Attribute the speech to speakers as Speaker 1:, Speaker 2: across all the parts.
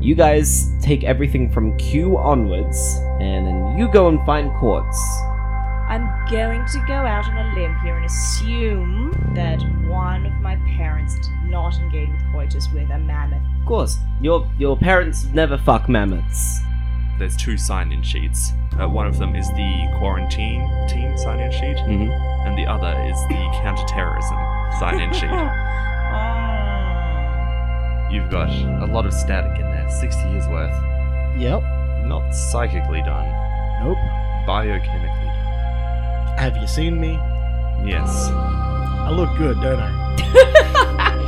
Speaker 1: You guys take everything from Q onwards, and then you go and find Quartz.
Speaker 2: I'm going to go out on a limb here and assume that one of my parents did not engage with coitus with a mammoth.
Speaker 1: Of course, your your parents never fuck mammoths.
Speaker 3: There's two sign-in sheets. Uh, one of them is the quarantine team sign-in sheet,
Speaker 1: Mm-hmm.
Speaker 3: and the other is the counter-terrorism sign-in
Speaker 2: Oh.
Speaker 3: sheet.
Speaker 2: Ah.
Speaker 3: You've got a lot of static in there, 60 years worth.
Speaker 4: Yep.
Speaker 3: Not psychically done,
Speaker 4: Nope.
Speaker 3: biochemically
Speaker 4: Have you seen me?
Speaker 3: done. Yes.
Speaker 4: I look good, don't I?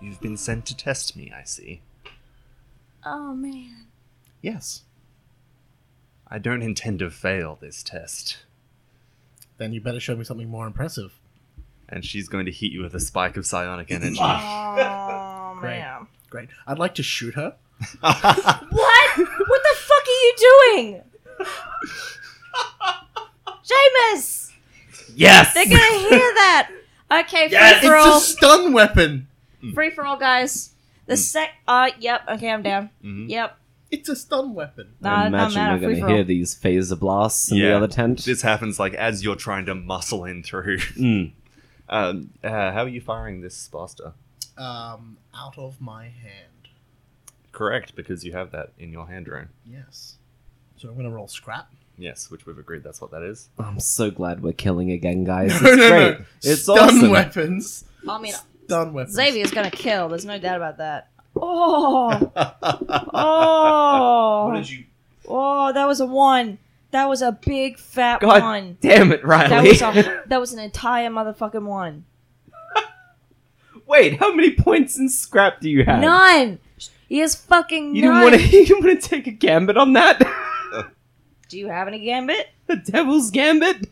Speaker 3: You've been sent to test me, I see.
Speaker 2: Oh man.
Speaker 4: Yes.
Speaker 3: I don't intend to fail this test.
Speaker 4: Then you better show me something more impressive.
Speaker 3: And she's going to hit you with a spike of psionic energy.
Speaker 2: Oh
Speaker 4: Great.
Speaker 2: man.
Speaker 4: Great. I'd like to shoot her.
Speaker 2: What? What the fuck are you doing? Seamus!
Speaker 1: Yes.
Speaker 2: They're gonna hear that! Okay, free for all.
Speaker 4: It's a stun weapon.
Speaker 2: Free for all, guys. The sec. Uh, yep, okay, I'm down.
Speaker 3: Mhm.
Speaker 2: Yep.
Speaker 4: It's a stun weapon.
Speaker 2: Nah,
Speaker 1: I
Speaker 2: I'm
Speaker 1: imagine
Speaker 2: mad at
Speaker 1: we're
Speaker 2: free
Speaker 1: gonna
Speaker 2: for all.
Speaker 1: hear these phaser blasts in the
Speaker 3: Yeah.
Speaker 1: other tent.
Speaker 3: This happens like as you're trying to muscle in through.
Speaker 1: Mm.
Speaker 3: Um, uh, how are you firing this blaster?
Speaker 4: Um, out of my hand.
Speaker 3: Correct, because you have that in your hand drone.
Speaker 4: Yes. So I'm gonna roll scrap.
Speaker 3: Yes, which we've agreed that's what that is.
Speaker 1: I'm so glad we're killing again, guys.
Speaker 4: No,
Speaker 1: It's
Speaker 4: no,
Speaker 1: great.
Speaker 4: no.
Speaker 1: It's
Speaker 4: stun
Speaker 1: awesome.
Speaker 4: weapons.
Speaker 2: I mean,
Speaker 4: Stun weapons.
Speaker 2: Xavier's gonna kill. There's no doubt about that. Oh, oh,
Speaker 5: What did you?
Speaker 2: oh! That was a one. That was a big fat
Speaker 1: God
Speaker 2: one.
Speaker 1: Damn it,
Speaker 2: That
Speaker 1: Riley.
Speaker 2: was a, that was an entire motherfucking one.
Speaker 1: Wait, how many points in scrap do you have?
Speaker 2: None. He is fucking
Speaker 1: You didn't
Speaker 2: none.
Speaker 1: want to. You didn't want to take a gambit on that.
Speaker 2: Do you have any gambit?
Speaker 1: the devil's gambit.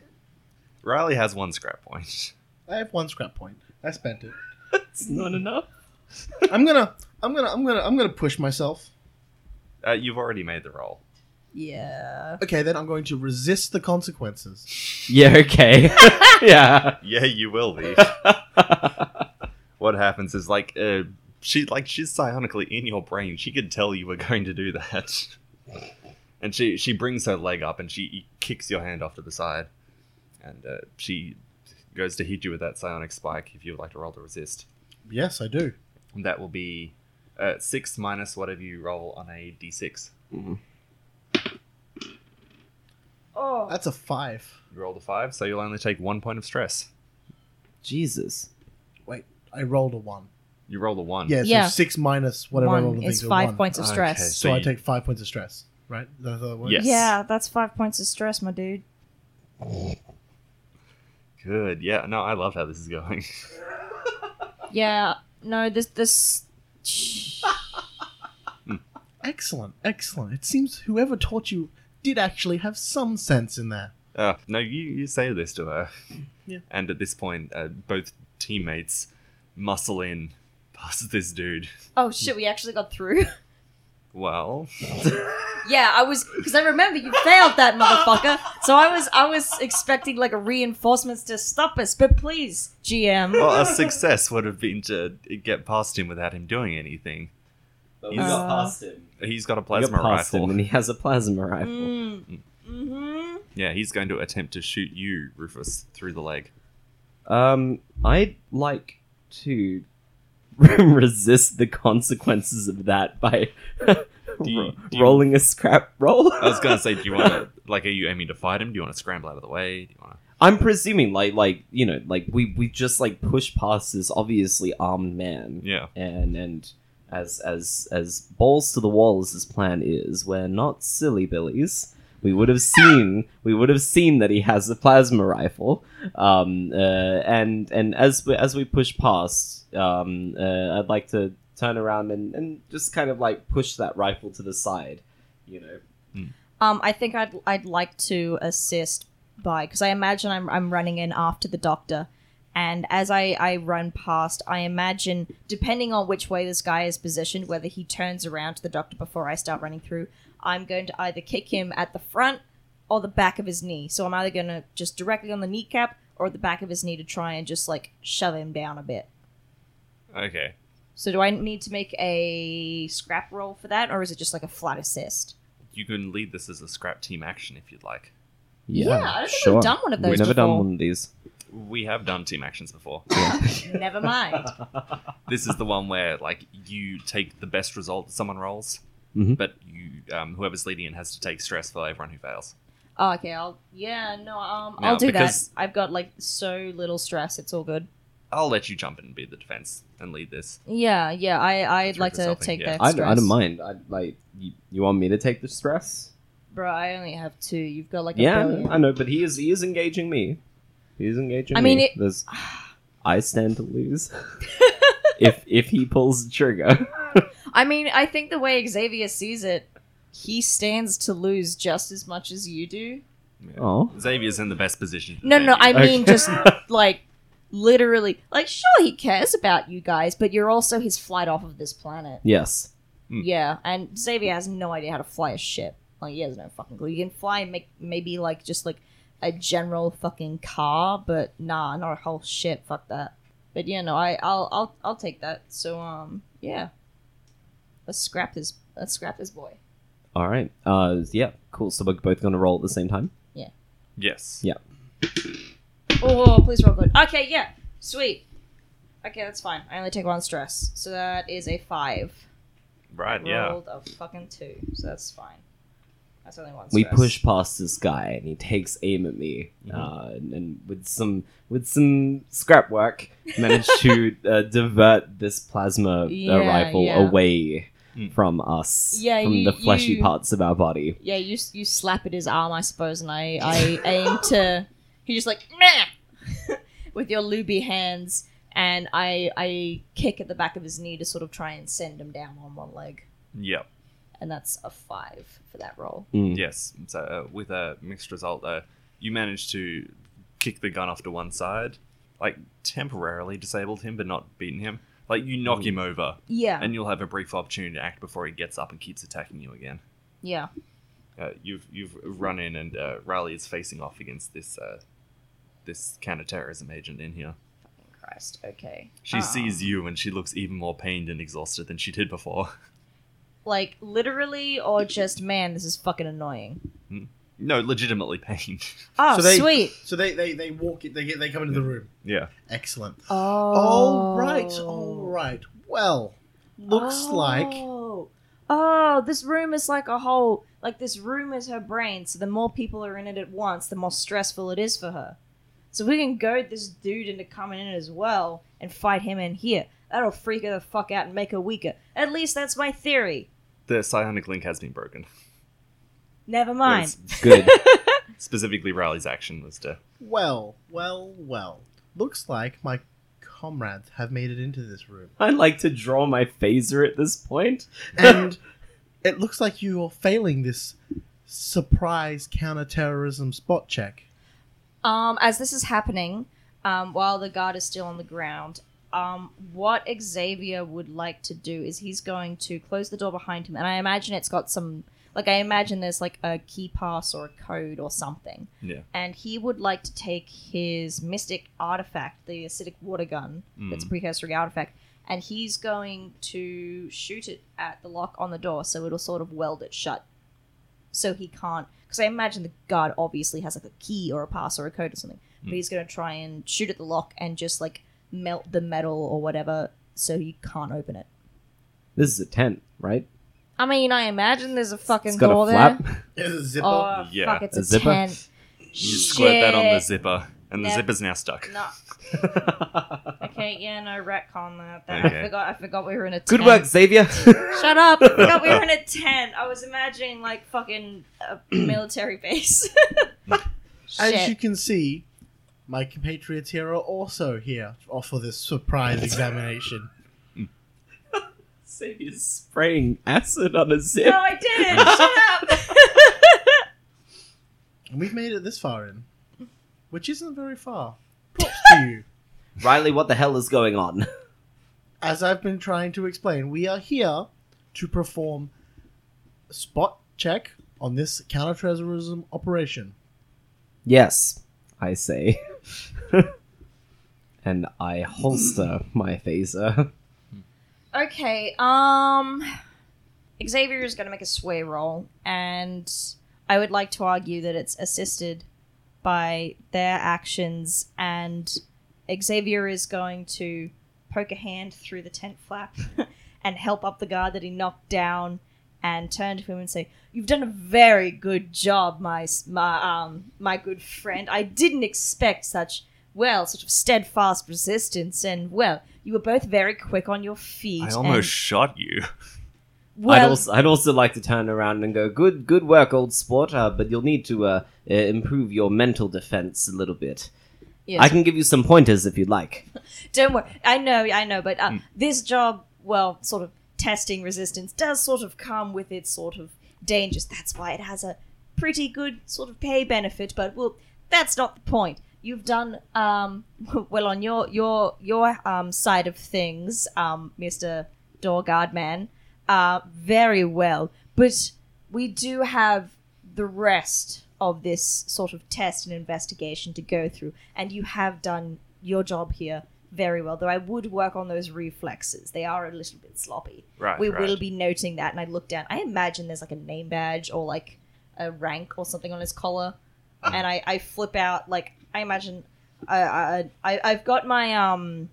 Speaker 3: Riley has one scrap point.
Speaker 4: I have one scrap point. I spent it.
Speaker 1: It's not enough.
Speaker 4: I'm gonna. I'm gonna. I'm gonna. I'm gonna push myself.
Speaker 3: Uh, you've already made the roll.
Speaker 2: Yeah.
Speaker 4: Okay, then I'm going to resist the consequences.
Speaker 1: Yeah. Okay. yeah.
Speaker 3: Yeah, you will be. what happens is like uh, she like she's psionically in your brain. She could tell you were going to do that. And she she brings her leg up and she e, kicks your hand off to the side, and uh, she goes to hit you with that psionic spike. If you would like to roll to resist,
Speaker 4: Yes, I do.
Speaker 3: And that will be uh, six minus whatever you roll on a d6.
Speaker 2: Oh.
Speaker 4: That's a five.
Speaker 3: You rolled a five, so you'll only take one point of stress.
Speaker 1: Jesus.
Speaker 4: Wait, I rolled a one.
Speaker 3: You rolled a one.
Speaker 4: Yeah, so
Speaker 2: Yeah.
Speaker 4: six minus whatever I rolled.
Speaker 2: One
Speaker 4: I
Speaker 2: is
Speaker 4: think,
Speaker 2: five
Speaker 4: one.
Speaker 2: points of
Speaker 3: Okay,
Speaker 2: stress.
Speaker 4: So,
Speaker 3: So
Speaker 4: I
Speaker 3: you-
Speaker 4: take five points of stress, right? That's how it works?
Speaker 3: Yes.
Speaker 2: Yeah, that's five points of stress, my dude.
Speaker 3: Good. Yeah. No, I love how this is going.
Speaker 2: Yeah. No, this this.
Speaker 4: Excellent, excellent. It seems whoever taught you did actually have some sense in there.
Speaker 3: Uh, no, you, you say this to her.
Speaker 4: Yeah.
Speaker 3: And at this point, uh, both teammates muscle in past this dude.
Speaker 2: Oh shit! We actually got through.
Speaker 3: Well,
Speaker 2: Yeah, I was because I remember you failed that motherfucker. So I was I was expecting like a reinforcements to stop us, but please, GM.
Speaker 3: well, a success would have been to get past him without him doing anything.
Speaker 1: But
Speaker 3: we got
Speaker 2: past
Speaker 1: him.
Speaker 3: He's got a
Speaker 1: We got
Speaker 3: plasma
Speaker 1: past
Speaker 3: rifle.
Speaker 1: him, and he has a plasma rifle.
Speaker 2: Mm. hmm
Speaker 3: Yeah, he's going to attempt to shoot you, Rufus, through the leg.
Speaker 1: Um, I'd like to resist the consequences of that by
Speaker 3: you-
Speaker 1: ro-
Speaker 3: do you-
Speaker 1: rolling a scrap roll.
Speaker 3: I was gonna say, do you want to like? Are you aiming to fight him? Do you want to scramble out of the way? Do you want
Speaker 1: I'm presuming, like, like you know, like we we just like push past this obviously armed man.
Speaker 3: to? Yeah.
Speaker 1: and and as as as balls to the wall as this plan is, we're not silly billies. We would have seen we would have seen that he has a plasma rifle, um, uh, and and as we, as we push past, um, uh, I'd like to turn around and, and just kind of like push that rifle to the side, you know.
Speaker 2: Um, I think I'd I'd like to assist by because I imagine I'm I'm running in after the doctor, and as I I run past, I imagine depending on which way this guy is positioned, whether he turns around to the doctor before I start running through, I'm going to either kick him at the front or the back of his knee. So I'm either going to just directly on the kneecap or the back of his knee to try and just like shove him down a bit.
Speaker 3: Okay.
Speaker 2: So do I need to make a scrap roll for that, or is it just like a flat assist?
Speaker 3: You can lead this as a scrap team action if you'd like.
Speaker 2: Yeah, I don't think we've done one of those
Speaker 1: We've never done
Speaker 2: before.
Speaker 1: one of these.
Speaker 3: We have done team actions before.
Speaker 2: Never mind.
Speaker 3: this is the one where like you take the best result someone rolls,
Speaker 1: Mhm.
Speaker 3: but you um, whoever's leading it has to take stress for everyone who fails.
Speaker 2: Oh, okay, I'll yeah, no, um,
Speaker 3: No,
Speaker 2: I'll do
Speaker 3: because-
Speaker 2: that. I've got like so little stress; it's all good.
Speaker 3: I'll let you jump in and be the defense and lead this.
Speaker 2: Yeah, yeah, I I'd
Speaker 3: Through
Speaker 2: like
Speaker 3: the
Speaker 2: to
Speaker 3: selfie,
Speaker 2: take
Speaker 3: yeah.
Speaker 2: that
Speaker 1: I, I
Speaker 2: stress.
Speaker 1: don't mind. I like you, you want me to take the stress.
Speaker 2: bro. I only have two. You've got like
Speaker 1: yeah,
Speaker 2: a billion.
Speaker 1: I know, but he is he is engaging me. He is engaging
Speaker 2: I mean,
Speaker 1: me.
Speaker 2: it-
Speaker 1: There's, I stand to lose if if he pulls the trigger.
Speaker 2: I mean, I think the way Xavier sees it, he stands to lose just as much as you do.
Speaker 1: Oh,
Speaker 3: Xavier's in the best position. to
Speaker 2: No, no, I
Speaker 3: defend
Speaker 2: mean
Speaker 1: Okay.
Speaker 2: just like literally, like sure he cares about you guys, but you're also his flight off of this planet.
Speaker 1: yes.
Speaker 3: Mm.
Speaker 2: Yeah, and Xavier has no idea how to fly a ship. Like he has no fucking clue. He can fly and make maybe like just like a general fucking car, but nah, not a whole ship. Fuck that. But yeah, no, I I'll I'll I'll take that. So um yeah, let's scrap this. Let's scrap this boy.
Speaker 1: All right. Uh, yeah. Cool. So we're both gonna roll at the same time.
Speaker 3: you. Yes.
Speaker 1: Yeah.
Speaker 2: Oh, please roll good. Okay, yeah, sweet. Okay, that's fine. I only take one stress, so that is a five.
Speaker 3: Right. Yeah.
Speaker 2: Rolled a fucking two, so that's fine. That's only one.
Speaker 1: We
Speaker 2: stress.
Speaker 1: push past this guy, and he takes aim at me,
Speaker 2: Mm-hmm.
Speaker 1: uh, and, and with some with some scrap work, manage to uh, divert this plasma
Speaker 2: Yeah,
Speaker 1: uh, rifle
Speaker 2: yeah.
Speaker 1: away
Speaker 3: Mm.
Speaker 1: from us,
Speaker 2: Yeah,
Speaker 1: from
Speaker 2: you-
Speaker 1: the fleshy
Speaker 2: you-
Speaker 1: parts of our body.
Speaker 2: Yeah, you you slap at his arm, I suppose, and I I aim to. He's just like meh with your luby hands, and I I kick at the back of his knee to sort of try and send him down on one leg,
Speaker 3: Yeah.
Speaker 2: and that's a five for that roll.
Speaker 1: Mm.
Speaker 3: Yes. So uh, with a mixed result, though, you managed to kick the gun off to one side, like temporarily disabled him, but not beaten him. Like you knock him over,
Speaker 2: Yeah,
Speaker 3: and you'll have a brief opportunity to act before he gets up and keeps attacking you again.
Speaker 2: yeah,
Speaker 3: Uh, you've you've run in, and uh, Riley is facing off against this uh, this counterterrorism agent in here.
Speaker 2: Christ, okay.
Speaker 3: She
Speaker 2: Ah.
Speaker 3: sees you, and she looks even more pained and exhausted than she did before.
Speaker 2: like literally, or just man, this is fucking annoying.
Speaker 3: no, legitimately pained.
Speaker 2: Oh,
Speaker 4: So they-
Speaker 2: sweet.
Speaker 4: So they, they, they walk it. They get they come into the room.
Speaker 3: yeah.
Speaker 4: Excellent.
Speaker 2: Oh,
Speaker 4: All right. All right. Well, looks like
Speaker 2: Oh. Oh, this room is like a whole. Like, this room is her brain, so the more people are in it at once, the more stressful it is for her. So, we can goad this dude into coming in as well and fight him in here. That'll freak her the fuck out and make her weaker. At least that's my theory.
Speaker 3: The psionic link has been broken.
Speaker 2: Never mind.
Speaker 1: Good.
Speaker 3: Specifically, Riley's action was to
Speaker 4: well, well, well. Looks like my comrades have made it into this room,
Speaker 1: I like to draw my phaser at this point.
Speaker 4: and it looks like you are failing this surprise counterterrorism spot check.
Speaker 2: Um, as this is happening, um, while the guard is still on the ground, um, what Xavier would like to do is he's going to close the door behind him, and I imagine it's got some like I imagine there's like a key pass or a code or something,
Speaker 3: yeah.
Speaker 2: and he would like to take his mystic artifact, the acidic water gun, that's a precursory artifact, and he's going to shoot it at the lock on the door, so it'll sort of weld it shut, so he can't. Because I imagine the guard obviously has like a key or a pass or a code or something, but he's going to try and shoot at the lock and just like melt the metal or whatever so you can't open it.
Speaker 1: This is a tent, right?
Speaker 2: I mean, I imagine there's a fucking
Speaker 1: It's got
Speaker 2: door
Speaker 1: a flap.
Speaker 2: there.
Speaker 4: There's a zipper.
Speaker 2: Oh,
Speaker 3: Yeah.
Speaker 2: fuck, it's
Speaker 1: A
Speaker 2: a,
Speaker 1: zipper?
Speaker 2: tent.
Speaker 3: You squirt that on the
Speaker 2: Shit.
Speaker 3: zipper, and the
Speaker 2: Yeah.
Speaker 3: zipper's now stuck.
Speaker 2: No. Okay, yeah, no retcon that. that
Speaker 3: Okay.
Speaker 2: I forgot. I forgot we were in a
Speaker 1: Good
Speaker 2: tent.
Speaker 1: work, Xavier.
Speaker 2: Shut up! I forgot we were in a tent. I was imagining like fucking a military base.
Speaker 4: As
Speaker 2: Shit.
Speaker 4: you can see, my compatriots here are also here for this surprise examination.
Speaker 1: Xavier's spraying acid on a zip.
Speaker 2: No, I didn't. Shut up.
Speaker 4: And we've made it this far in, which isn't very far. Props to you.
Speaker 1: Riley, what the hell is going on?
Speaker 4: As I've been trying to explain, we are here to perform spot check on this counterterrorism operation.
Speaker 1: Yes, I say. and I holster my phaser.
Speaker 2: okay. Um, Xavier is going to make a sway roll, and I would like to argue that it's assisted by their actions, and Xavier is going to poke a hand through the tent flap and help up the guard that he knocked down, and turn to him and say, "You've done a very good job, my s- my um my good friend. I didn't expect such." Well, sort of steadfast resistance, and well, you were both very quick on your feet.
Speaker 3: I
Speaker 2: and-
Speaker 3: almost shot you.
Speaker 1: I'd,
Speaker 2: well,
Speaker 1: also, I'd also like to turn around and go, good, good work, old sport. Uh, but you'll need to uh, uh, improve your mental defense a little bit.
Speaker 2: yes.
Speaker 1: I can give you some pointers if you'd like.
Speaker 2: don't worry. I know, I know, but uh, this job, well, sort of testing resistance does sort of come with its sort of dangers. That's why it has a pretty good sort of pay benefit. But well, that's not the point. You've done um, well on your your your um, side of things, um, Mister Door Guard Man, uh, very well. But we do have the rest of this sort of test and investigation to go through, and you have done your job here very well. Though I would work on those reflexes; they are a little bit sloppy.
Speaker 3: Right,
Speaker 2: we
Speaker 3: right.
Speaker 2: will be noting that. And I look down. I imagine there's like a name badge or like a rank or something on his collar,
Speaker 3: Uh-huh.
Speaker 2: and I, I flip out. Like I imagine, I, I I I've got my um.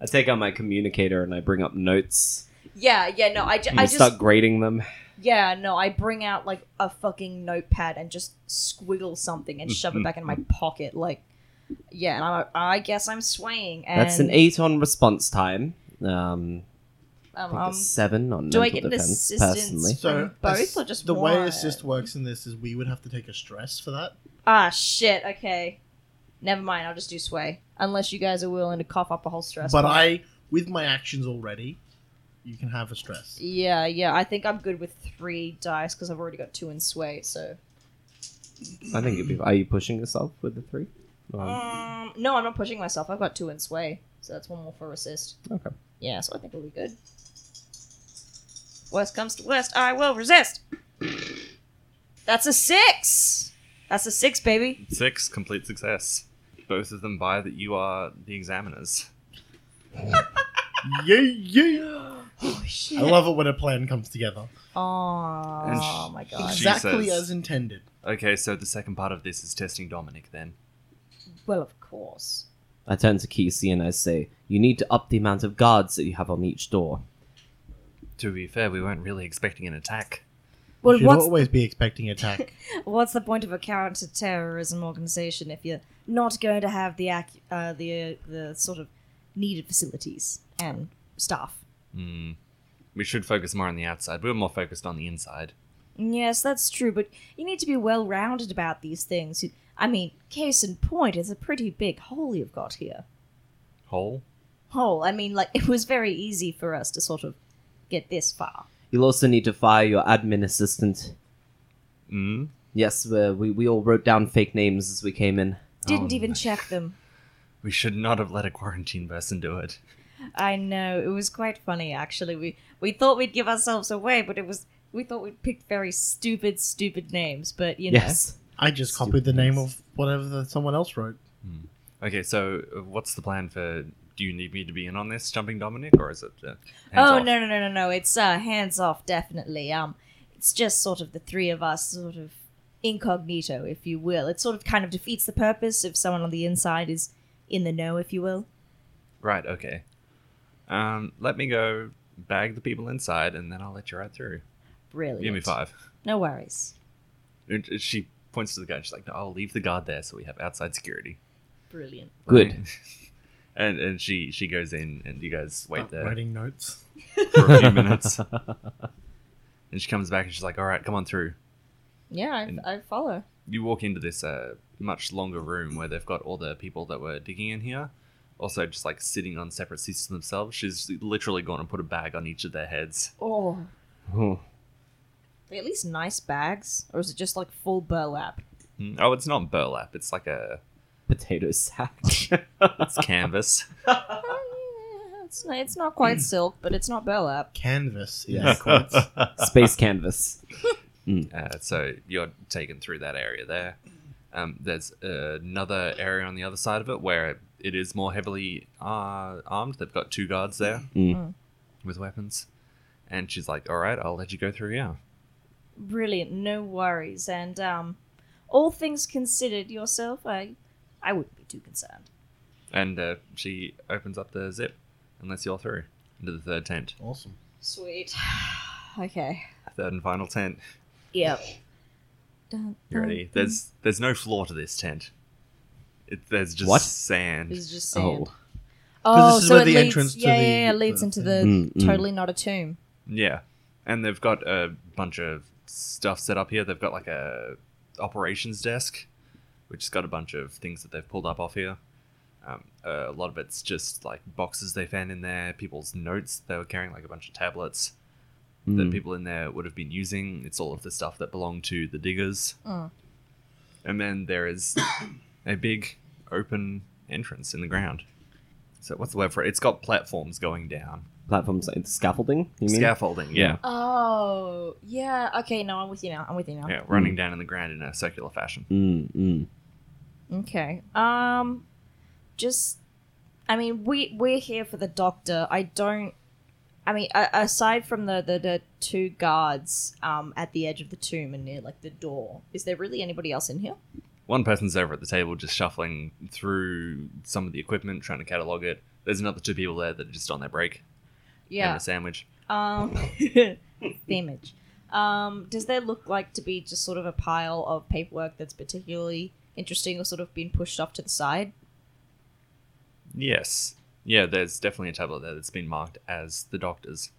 Speaker 1: I take out my communicator and I bring up notes.
Speaker 2: Yeah, yeah, no, I, ju-
Speaker 1: And
Speaker 2: I
Speaker 1: I
Speaker 2: just
Speaker 1: start grading them.
Speaker 2: Yeah, no, I bring out like a fucking notepad and just squiggle something and shove it back in my pocket. Like, yeah, and I'm, I guess I'm swaying. And
Speaker 1: That's an eight on response time. Um, I
Speaker 2: Um,
Speaker 1: think
Speaker 2: um,
Speaker 1: it's seven on
Speaker 2: do I
Speaker 1: mental
Speaker 2: get an
Speaker 1: defense,
Speaker 2: assistance?
Speaker 1: personally.
Speaker 4: So
Speaker 2: From both
Speaker 4: as-
Speaker 2: or just
Speaker 4: the way
Speaker 2: one?
Speaker 4: assist works in this is we would have to take a stress for that.
Speaker 2: ah, shit. Okay, never mind. I'll just do sway unless you guys are willing to cough up a whole stress.
Speaker 4: but
Speaker 2: point.
Speaker 4: I, with my actions already, you can have a stress.
Speaker 2: Yeah, yeah. I think I'm good with three dice because I've already got two in sway. So.
Speaker 1: I think it'd be. Are you pushing yourself with the three? Um,
Speaker 2: Um, no, I'm not pushing myself. I've got two in sway, so that's one more for resist.
Speaker 1: Okay.
Speaker 2: Yeah, so I think it'll be good. Worst comes to worst, I will resist. That's a six. That's a six, baby.
Speaker 3: Six, complete success. Both of them by that you are the examiners.
Speaker 4: yeah, yeah.
Speaker 2: Oh shit.
Speaker 4: I love it when a plan comes together.
Speaker 3: And
Speaker 2: oh
Speaker 3: sh-
Speaker 2: my god.
Speaker 3: She
Speaker 4: Exactly
Speaker 3: says-
Speaker 4: as intended.
Speaker 3: Okay, so the second part of this is testing Dominic then.
Speaker 2: Well, of course.
Speaker 1: I turn to Kesey and I say, "You need to up the amount of guards that you have on each door."
Speaker 3: To be fair, we weren't really expecting an attack.
Speaker 2: Well,
Speaker 4: You'd
Speaker 2: what's
Speaker 4: always be expecting attack.
Speaker 2: what's the point of a counter-terrorism organization if you're not going to have the ac- uh, the the sort of needed facilities and staff?
Speaker 3: Hmm. We should focus more on the outside. We were more focused on the inside.
Speaker 2: Yes, that's true, but you need to be well rounded about these things. You- I mean, case in point, it's a pretty big hole you've got here.
Speaker 3: Hole?
Speaker 2: Hole, I mean, like, it was very easy for us to sort of get this far.
Speaker 1: You'll also need to fire your admin assistant.
Speaker 3: Mm.
Speaker 1: Yes, we we, we all wrote down fake names as we came in.
Speaker 2: Didn't even check them.
Speaker 3: We should not have let a quarantine person do it.
Speaker 2: I know, it was quite funny, actually. We, we thought we'd give ourselves away, but it was. We thought we'd picked very stupid, stupid names, but you know.
Speaker 1: Yes,
Speaker 4: I just copied the name of whatever the, someone else wrote.
Speaker 3: Okay, so uh, what's the plan for. Do you need me to be in on this, jumping Dominic, or is it. Uh, hands
Speaker 2: oh
Speaker 3: off?
Speaker 2: no no no no no! It's uh, hands off, definitely. Um, it's just sort of the three of us, sort of incognito, if you will. It sort of kind of defeats the purpose if someone on the inside is in the know, if you will.
Speaker 3: Right, okay. Um, let me go bag the people inside, and then I'll let you right through.
Speaker 2: Really?
Speaker 3: Give me five.
Speaker 2: No worries.
Speaker 3: And uh, She points to the guard. She's like, "No, I'll leave the guard there, so we have outside security."
Speaker 2: Brilliant.
Speaker 1: Good.
Speaker 3: And and she she goes in, and you guys wait there
Speaker 4: Uh, Writing notes.
Speaker 3: for a few minutes. And she comes back, and she's like, "All right, come on through."
Speaker 2: Yeah,
Speaker 3: And-
Speaker 2: I, I follow.
Speaker 3: you walk into this uh, much longer room where they've got all the people that were digging in here also just like sitting on separate seats to themselves she's literally gone and put a bag on each of their heads
Speaker 2: Oh.
Speaker 1: Hmm.
Speaker 2: They at least nice bags, or is it just like full burlap?
Speaker 3: Mm, oh it's not burlap it's like a
Speaker 1: Potato sack.
Speaker 3: it's canvas
Speaker 2: it's, not, it's not quite silk, but it's not burlap.
Speaker 4: Canvas in
Speaker 1: Yes.
Speaker 4: quotes.
Speaker 1: Space canvas.
Speaker 3: uh, so you're taken through that area there um, there's another area on the other side of it where it is more heavily uh, armed they've got two guards there
Speaker 1: Mm.
Speaker 2: Mm.
Speaker 3: with weapons and she's like all right i'll let you go through here
Speaker 2: Brilliant, no worries. And um, all things considered, yourself, I, I wouldn't be too concerned.
Speaker 3: And uh, she opens up the zip and lets you all through into the third tent,
Speaker 4: Awesome.
Speaker 2: Sweet. okay.
Speaker 3: third and final tent.
Speaker 2: Yep. Dun,
Speaker 3: You
Speaker 2: dun,
Speaker 3: ready?
Speaker 2: dun.
Speaker 3: There's there's no floor to this tent. It, there's just
Speaker 1: What?
Speaker 3: sand.
Speaker 2: It's just sand.
Speaker 1: Oh.
Speaker 2: Oh,
Speaker 4: this is
Speaker 2: so
Speaker 4: where
Speaker 2: it
Speaker 4: the
Speaker 2: leads,
Speaker 4: entrance to
Speaker 2: yeah,
Speaker 4: the-
Speaker 2: yeah, yeah, it leads into the
Speaker 1: Mm, mm.
Speaker 2: totally not a tomb.
Speaker 3: Yeah, and they've got a bunch of stuff set up here. They've got like a operations desk, which has got a bunch of things that they've pulled up off here. Um, a lot of it's just like boxes they found in there, people's notes they were carrying, like a bunch of tablets. that
Speaker 1: Mm.
Speaker 3: people in there would have been using. It's all of the stuff that belonged to the diggers.
Speaker 2: Mm.
Speaker 3: And then there is a big open entrance in the ground. So what's the word for it? It's got platforms going down,
Speaker 1: Platforms like scaffolding. You mean?
Speaker 3: scaffolding. Yeah,
Speaker 2: Oh, yeah. Okay, no, I'm with you now. I'm with you now.
Speaker 3: yeah, running down in the ground in a circular fashion.
Speaker 1: Mm, mm.
Speaker 2: Okay. Um, just, I mean, we we're here for the doctor. I don't. I mean, a- aside from the, the, the two guards um, at the edge of the tomb and near like the door, is there really anybody else in here?
Speaker 3: One person's over at the table, just shuffling through some of the equipment, trying to catalog it. There's another two people there that are just on their break and a sandwich.
Speaker 2: Um, image. Um, does there look like to be just sort of a pile of paperwork that's particularly interesting or sort of been pushed off to the side?
Speaker 3: Yes, yeah. There's definitely a tablet there that's been marked as the doctor's.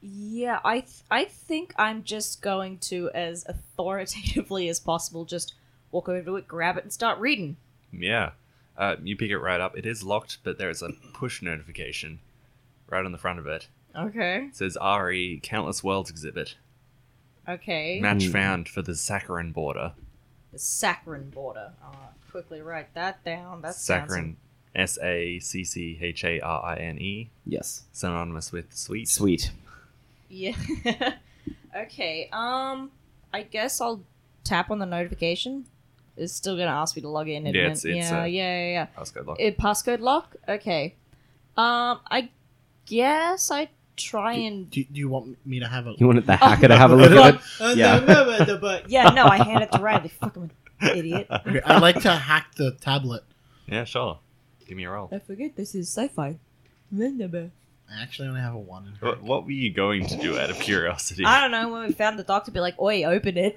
Speaker 2: Yeah, I th- I think I'm just going to as authoritatively as possible just walk over to it, grab it, and start reading.
Speaker 3: Yeah. Uh, you pick it right up. It is locked, but there is a push notification right on the front of it.
Speaker 2: Okay.
Speaker 3: It says RE Countless Worlds exhibit.
Speaker 2: Okay.
Speaker 3: Match
Speaker 1: Ooh.
Speaker 3: found for the Saccharin border.
Speaker 2: the saccharin border. Uh, quickly write that down. That's
Speaker 3: Saccharin. S A C C H A R I N E.
Speaker 1: Yes.
Speaker 3: Synonymous with sweet.
Speaker 1: Sweet.
Speaker 2: Yeah. okay. Um, I guess I'll tap on the notification. It's still gonna ask me to log in. isn't
Speaker 3: Yeah,
Speaker 2: it?
Speaker 3: it's- it's,
Speaker 2: yeah,
Speaker 3: uh,
Speaker 2: yeah, yeah, yeah.
Speaker 3: Passcode lock.
Speaker 2: It passcode lock. Okay. Um, I guess I try and
Speaker 4: Do, do you want me to have a
Speaker 1: You wanted the hacker to have a look at it.
Speaker 4: Uh,
Speaker 1: Yeah.
Speaker 4: yeah.
Speaker 2: Yeah, no, I hand it to Riley. Fuck, I'm an idiot.
Speaker 4: I like to hack the tablet.
Speaker 3: Yeah, sure. Give me a roll.
Speaker 2: I forget this is sci-fi. I
Speaker 4: I actually only have a one. in
Speaker 3: What, what were you going to do out of curiosity?
Speaker 2: don't know when we found the doctor, be like, "Oi, open it,"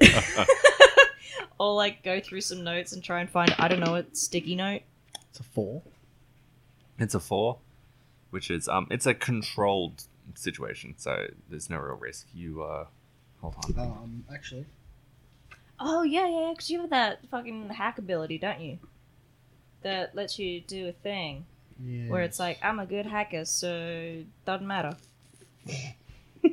Speaker 2: or like go through some notes and try and find I don't know a sticky note.
Speaker 4: It's a four.
Speaker 3: It's a four, which is um, it's a controlled situation, so there's no real risk. You uh, hold on.
Speaker 4: Um, actually,
Speaker 2: Oh yeah, yeah, because you have that fucking hack ability, don't you? That lets you do a thing
Speaker 4: yeah.
Speaker 2: where it's like, "I'm a good hacker, so doesn't matter."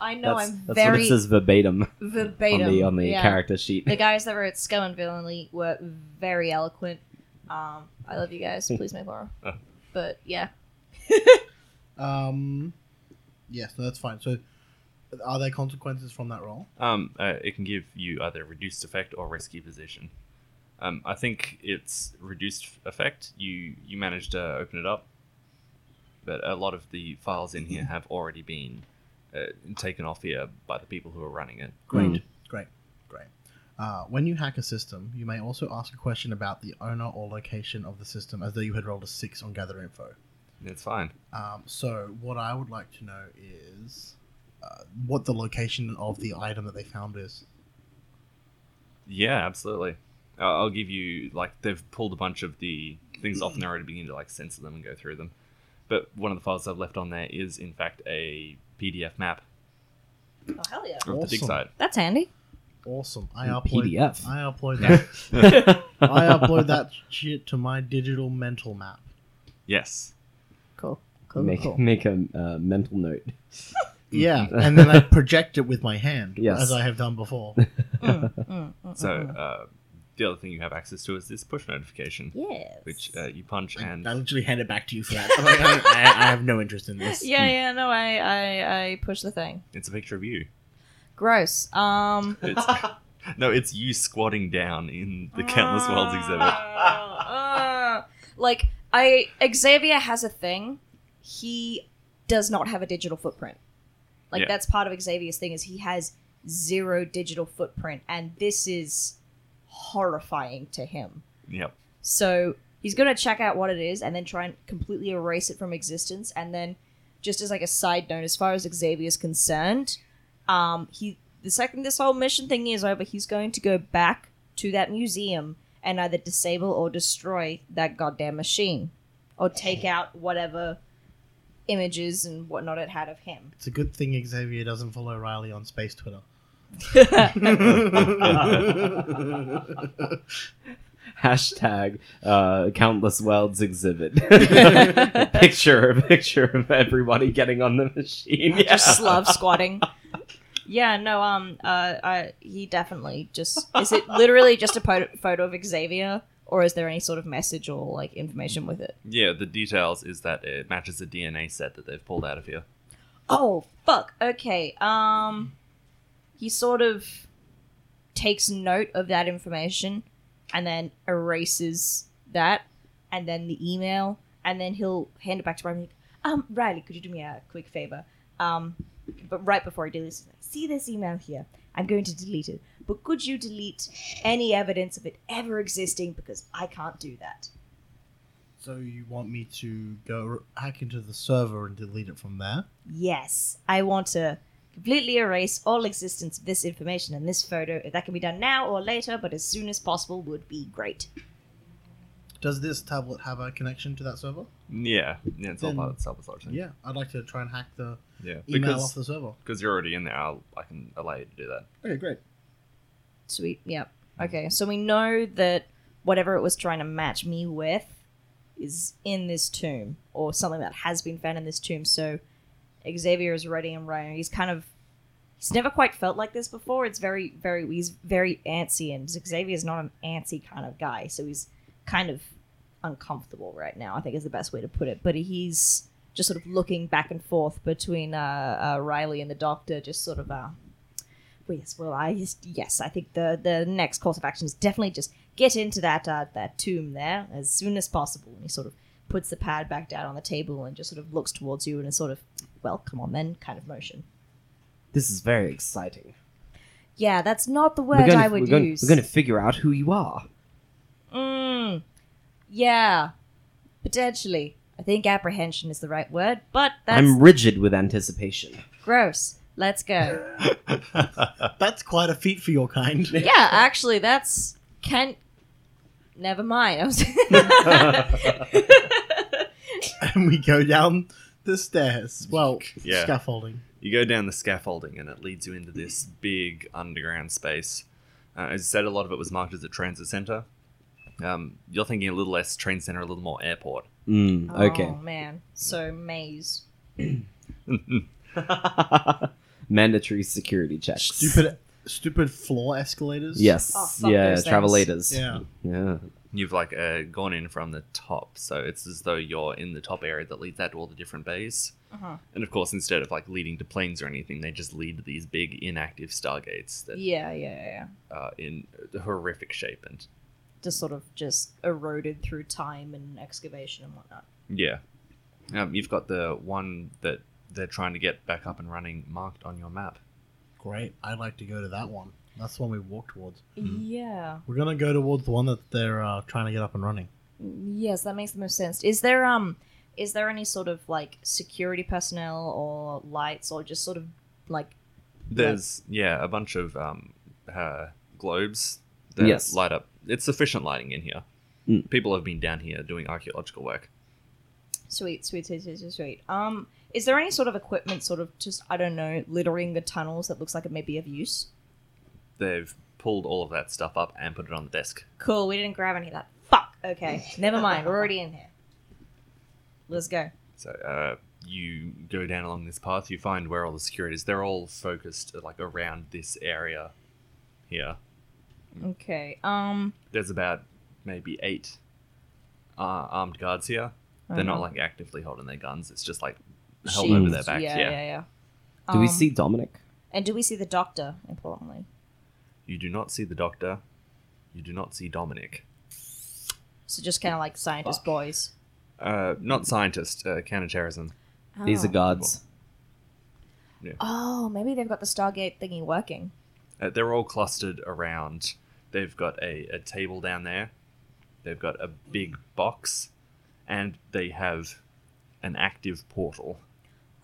Speaker 2: I know
Speaker 1: that's
Speaker 2: I'm
Speaker 1: that's what
Speaker 2: very
Speaker 1: it says verbatim
Speaker 2: verbatim
Speaker 1: on the on the
Speaker 2: yeah.
Speaker 1: character sheet.
Speaker 2: the guys that wrote Scum and Villainy were very eloquent. Um, I love you guys. Please make more.
Speaker 3: Oh.
Speaker 2: But yeah,
Speaker 4: um, yes, no, that's fine. So, are there consequences from that roll?
Speaker 3: Um, uh, it can give you either reduced effect or risky position. Um, I think it's reduced effect. You you managed to open it up, but a lot of the files in here have already been uh, taken off here by the people who are running it.
Speaker 1: Great.
Speaker 4: Mm. Great, great. Uh, when you hack a system, you may also ask a question about the owner or location of the system, as though you had rolled a six on gather info.
Speaker 3: It's fine.
Speaker 4: Um, so what I would like to know is uh, what the location of the item that they found is.
Speaker 3: Yeah, absolutely. Uh, I'll give you like they've pulled a bunch of the things off and they're already beginning to like censor them and go through them. But one of the files I've left on there is in fact a PDF map
Speaker 2: Oh hell yeah!
Speaker 3: of the dig
Speaker 4: Awesome.
Speaker 3: site.
Speaker 2: That's handy.
Speaker 4: Awesome. I
Speaker 1: Mm,
Speaker 4: upload.
Speaker 1: PDF.
Speaker 4: I upload that. I upload that shit to my digital mental map.
Speaker 3: Yes.
Speaker 2: Cool. Cool.
Speaker 1: make
Speaker 4: Oh.
Speaker 2: cool.
Speaker 1: make a uh, mental note.
Speaker 4: Yeah, and then I project it with my hand,
Speaker 1: Mm. Yes.
Speaker 4: as I have done before.
Speaker 2: Mm, mm, mm,
Speaker 3: So
Speaker 4: Uh-huh.
Speaker 2: mm, mm.
Speaker 3: uh, the other thing you have access to is this push notification,
Speaker 2: yes.
Speaker 3: which uh, you punch and
Speaker 4: I, I literally hand it back to you for that. I'm like, I, I, I have no interest in this.
Speaker 2: yeah, yeah. No, I, I, I push the thing.
Speaker 3: it's a picture of you.
Speaker 2: Gross. Um.
Speaker 3: It's, no, it's you squatting down in the Countless
Speaker 4: Ah.
Speaker 3: Worlds exhibit.
Speaker 2: Uh, uh, like I, Xavier has a thing. He does not have a digital footprint. Like
Speaker 3: Yeah.
Speaker 2: that's part of Xavier's thing is he has zero digital footprint, and this is horrifying to him.
Speaker 3: Yep.
Speaker 2: So he's gonna check out what it is and then try and completely erase it from existence. And then, just as like a side note, as far as Xavier's concerned, um, he the second this whole mission thing is over, he's going to go back to that museum and either disable or destroy that goddamn machine, or take out whatever images and whatnot it had of him.
Speaker 4: It's a good thing Xavier doesn't follow Riley on space Twitter.
Speaker 1: Hashtag uh, countless worlds exhibit. picture a picture of everybody getting on the machine. Yeah.
Speaker 2: Just love squatting. Yeah, no, um, uh, I, he definitely just is it literally just a po- photo of Xavier, or is there any sort of message or like information with it?
Speaker 3: Yeah, the details is that it matches the DNA set that they've pulled out of here.
Speaker 2: Oh fuck. Okay. Um, he sort of takes note of that information, and then erases that, and then the email, and then he'll hand it back to Riley. like, Um, Riley, could you do me a quick favor? Um, but right before he deletes, it, see this email here. I'm going to delete it, but could you delete any evidence of it ever existing because I can't do that.
Speaker 4: So you want me to go hack into the server and delete it from there?
Speaker 2: Yes, I want to completely erase all existence of this information and this photo. If that can be done now or later, but as soon as possible would be great.
Speaker 4: Does this tablet have a connection to that server?
Speaker 3: Yeah, yeah it's all
Speaker 4: Then-
Speaker 3: part of the self-absorption.
Speaker 4: Yeah, I'd like to try and hack the
Speaker 3: yeah.
Speaker 4: email
Speaker 3: Because
Speaker 4: off the server.
Speaker 3: because you're already in there, I'll, I can allow you to do that.
Speaker 4: Okay, great.
Speaker 2: Sweet. Yep. Okay. So we know that whatever it was trying to match me with is in this tomb or something that has been found in this tomb. So Xavier is ready and right. He's kind of he's never quite felt like this before. It's very very he's very antsy and Xavier's not an antsy kind of guy. So he's kind of uncomfortable right now. I think is the best way to put it. But he's just sort of looking back and forth between uh, uh, Riley and the doctor, just sort of uh, well, yes, well, I just, yes, I think the the next course of action is definitely just get into that uh, that tomb there as soon as possible. And he sort of puts the pad back down on the table and just sort of looks towards you in a sort of well, come on then kind of motion.
Speaker 1: This is very exciting.
Speaker 2: Yeah, that's not the word I would
Speaker 1: we're gonna,
Speaker 2: use.
Speaker 1: We're going to figure out who you are.
Speaker 2: Mm, yeah, potentially. I think apprehension is the right word, but that's
Speaker 1: I'm rigid with anticipation.
Speaker 2: gross. Let's go.
Speaker 4: That's quite a feat for your kind.
Speaker 2: yeah, actually, that's can. Never mind. I was.
Speaker 4: and we go down the stairs. Well,
Speaker 3: Yeah.
Speaker 4: scaffolding.
Speaker 3: You go down the scaffolding, and it leads you into this big underground space. Uh, as I said, a lot of it was marked as a transit center. Um, you're thinking a little less train center, a little more airport.
Speaker 1: Mm,
Speaker 2: Oh man, so maze. Oh.
Speaker 1: okay. Mandatory security checks.
Speaker 4: Stupid, stupid floor escalators.
Speaker 1: Yes.
Speaker 2: Oh, fuck
Speaker 1: yeah.
Speaker 2: those
Speaker 1: Travel
Speaker 2: things.
Speaker 1: laters.
Speaker 4: Yeah.
Speaker 1: Yeah.
Speaker 3: You've like uh, gone in from the top, so it's as though you're in the top area that leads out to all the different bays.
Speaker 2: Uh-huh.
Speaker 3: And of course, instead of like leading to planes or anything, they just lead to these big inactive stargates that
Speaker 2: Yeah, yeah, yeah, yeah.
Speaker 3: are in horrific shape and
Speaker 2: Just sort of just eroded through time and excavation and whatnot.
Speaker 3: Yeah. Um, you've got the one that they're trying to get back up and running marked on your map.
Speaker 4: Great. I'd like to go to that one. That's the one we walk towards.
Speaker 2: Yeah.
Speaker 4: We're gonna go towards the one that they're uh, trying to get up and running.
Speaker 2: Yes, that makes the most sense. Is there um Is there any sort of like security personnel or lights or just sort of like
Speaker 3: There's yeah, a bunch of um, uh, globes that
Speaker 1: Yes.
Speaker 3: light up. It's sufficient lighting in here.
Speaker 1: Mm.
Speaker 3: People have been down here doing archaeological work.
Speaker 2: sweet, sweet, sweet, sweet, sweet, sweet? Um, is there any sort of equipment, sort of just I don't know, littering the tunnels that looks like it may be of use?
Speaker 3: They've pulled all of that stuff up and put it on the desk.
Speaker 2: Cool, we didn't grab any of that. Fuck. Okay, never mind. We're already in here. Let's go.
Speaker 3: So uh, you go down along this path. You find where all the security is. They're all focused like around this area here.
Speaker 2: Okay. Um.
Speaker 3: There's about maybe eight uh, armed guards here. They're not
Speaker 2: uh-huh.
Speaker 3: like actively holding their guns. It's just like held over their
Speaker 1: Shields.
Speaker 3: back.
Speaker 2: Yeah, yeah, yeah.
Speaker 1: Do we
Speaker 2: Um,
Speaker 1: see Dominic?
Speaker 2: And do we see the doctor? Importantly.
Speaker 3: You do not see the doctor. You do not see Dominic.
Speaker 2: So just kind of like scientist
Speaker 1: Fuck.
Speaker 2: boys.
Speaker 3: Uh, not scientist, uh, counterterrorism.
Speaker 1: These are
Speaker 2: Oh.
Speaker 1: guards.
Speaker 2: Oh, maybe they've got the Stargate thingy working.
Speaker 3: Uh, they're all clustered around. They've got a, a table down there. They've got a big box, and they have an active portal.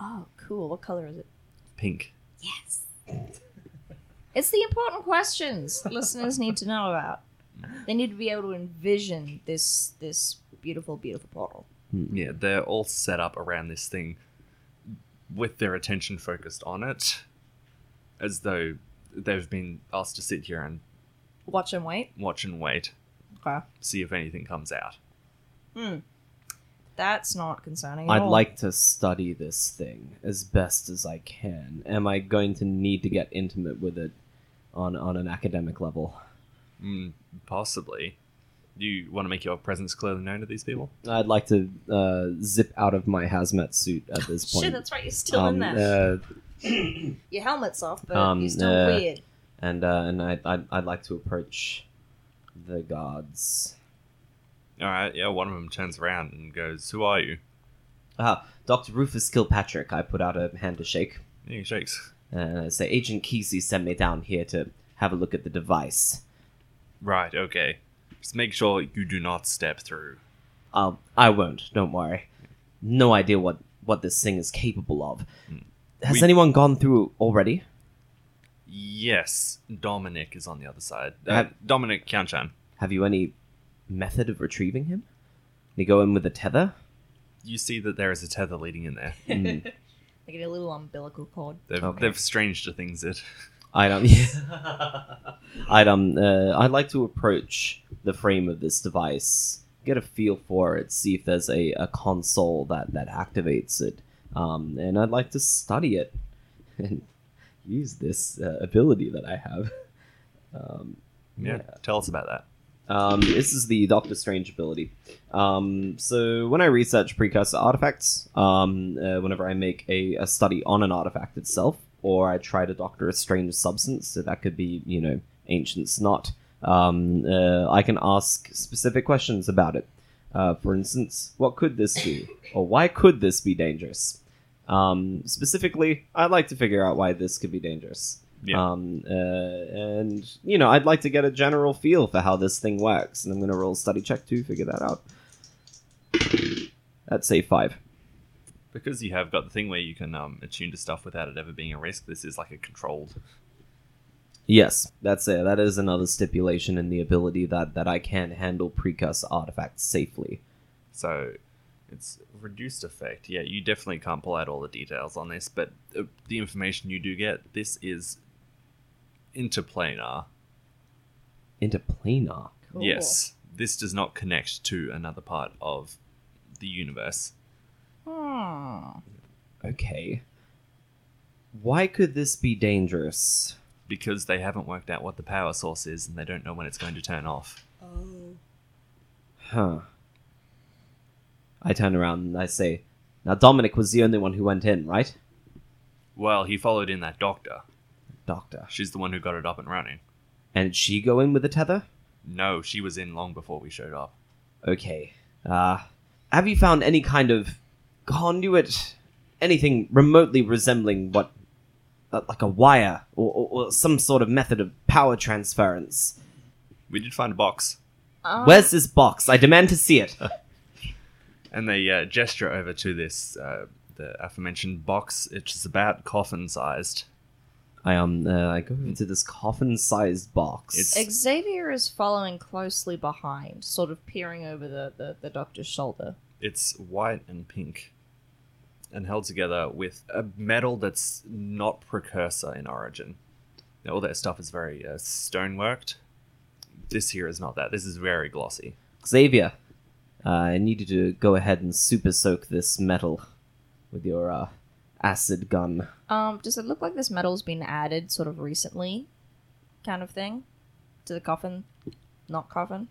Speaker 2: Oh, cool. What color is it?
Speaker 3: Pink.
Speaker 2: Yes. it's the important questions listeners need to know about. They need to be able to envision this this beautiful, beautiful portal.
Speaker 3: Yeah, they're all set up around this thing, with their attention focused on it, as though they've been asked to sit here and
Speaker 2: Watch and wait.
Speaker 3: watch and wait,
Speaker 2: Okay.
Speaker 3: see if anything comes out.
Speaker 2: That's not concerning. at
Speaker 1: I'd
Speaker 2: all.
Speaker 1: like to study this thing as best as I can. Am I going to need to get intimate with it on, on an academic level?
Speaker 3: Mm, possibly. You want to make your presence clearly known to these people?
Speaker 1: I'd like to uh, zip out of my hazmat suit at this point.
Speaker 2: Shit, that's right. You're still in
Speaker 1: um,
Speaker 2: there.
Speaker 1: uh,
Speaker 2: Your helmet's off, but
Speaker 1: um,
Speaker 2: you're still
Speaker 1: uh,
Speaker 2: weird.
Speaker 1: and uh, and I, I'd, I'd like to approach the guards.
Speaker 3: All right, yeah, one of them turns around and goes, Who are you?
Speaker 1: Ah, Dr. Rufus Kilpatrick, I put out a hand to shake.
Speaker 3: And he shakes.
Speaker 1: And I say, Uh, Agent Kesey sent me down here to have a look at the device.
Speaker 3: Right, okay. Just make sure you do not step through.
Speaker 1: I'll, Um, I won't, don't worry. No idea what, what this thing is capable of. Has
Speaker 3: We-
Speaker 1: anyone gone through already?
Speaker 3: Yes, Dominic is on the other side. Uh,
Speaker 1: Have-
Speaker 3: Dominic Kanchan.
Speaker 1: Have you any method of retrieving him? You go in with a tether?
Speaker 3: You see that there is a tether leading in there.
Speaker 1: Mm,
Speaker 2: They give you a little umbilical cord.
Speaker 3: They've,
Speaker 1: Okay.
Speaker 3: they've stranger things it.
Speaker 1: I'd um, I'd um, uh, I'd like to approach the frame of this device, get a feel for it, see if there's a, a console that that activates it, um, and I'd like to study it and use this uh, ability that I have. Um,
Speaker 3: Yeah. Tell us about that.
Speaker 1: um, this is the Doctor Strange ability. Um, so when I research precursor artifacts, um, uh, whenever I make a, a study on an artifact itself, or I try to doctor a strange substance, so that could be you know ancient snot, um, uh, I can ask specific questions about it. Uh, for instance, what could this be, or why could this be dangerous? Um, specifically, I'd like to figure out why this could be dangerous.
Speaker 3: Yeah.
Speaker 1: Um, uh, and you know, I'd like to get a general feel for how this thing works, and I'm gonna roll study check to figure that out. That's a five.
Speaker 3: because you have got the thing where you can um, attune to stuff without it ever being a risk, this is like a controlled.
Speaker 1: Yes, that's it. That is another stipulation in the ability that that I can handle precursor artifacts safely.
Speaker 3: So it's reduced effect. Yeah, you definitely can't pull out all the details on this, but uh, the information you do get, this is interplanar.
Speaker 1: Interplanar.
Speaker 2: Cool.
Speaker 3: Yes, this does not connect to another part of the universe.
Speaker 2: Hmm.
Speaker 1: Okay. Why could this be dangerous?
Speaker 3: Because they haven't worked out what the power source is and they don't know when it's going to turn off.
Speaker 1: Huh. I turn around and I say, "Now Dominic was the only one who went in, right,
Speaker 3: Well, he followed in that doctor.
Speaker 1: Doctor?"
Speaker 3: She's the one who got it up and running.
Speaker 1: And she go in with a tether?
Speaker 3: No, she was in long before we showed up.
Speaker 1: Okay. Uh, have you found any kind of conduit? Anything remotely resembling what. Uh, like a wire or, or, or some sort of method of power transference?
Speaker 3: We did find a box.
Speaker 2: Um,
Speaker 1: Where's this box? I demand to see it.
Speaker 3: and they uh, gesture over to this uh, the aforementioned box, which is about coffin sized.
Speaker 1: I um uh, I go into this coffin-sized box.
Speaker 3: It's-
Speaker 2: Xavier is following closely behind, sort of peering over the, the, the doctor's shoulder.
Speaker 3: It's white and pink, and held together with a metal that's not precursor in origin. Now, all that stuff is very uh, stoneworked. This here is not that. This is very glossy.
Speaker 1: Xavier, uh, I need you to go ahead and super soak this metal with your uh, acid gun.
Speaker 2: Um, does it look like this metal's been added sort of recently, kind of thing, to the coffin? Not coffin.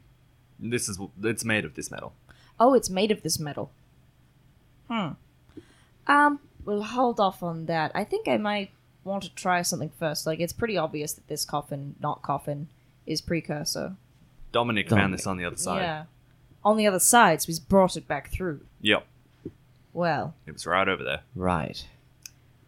Speaker 3: This is it's made of this metal.
Speaker 2: Oh, it's made of this metal. Hmm. Um, we'll hold off on that. I think I might want to try something first. Like, it's pretty obvious that this coffin, not coffin, is precursor.
Speaker 3: Dominic, found this on the other side.
Speaker 2: Yeah. On the other side, so he's brought it back through.
Speaker 3: Yep,
Speaker 2: Well,
Speaker 3: it was right over there.
Speaker 1: Right.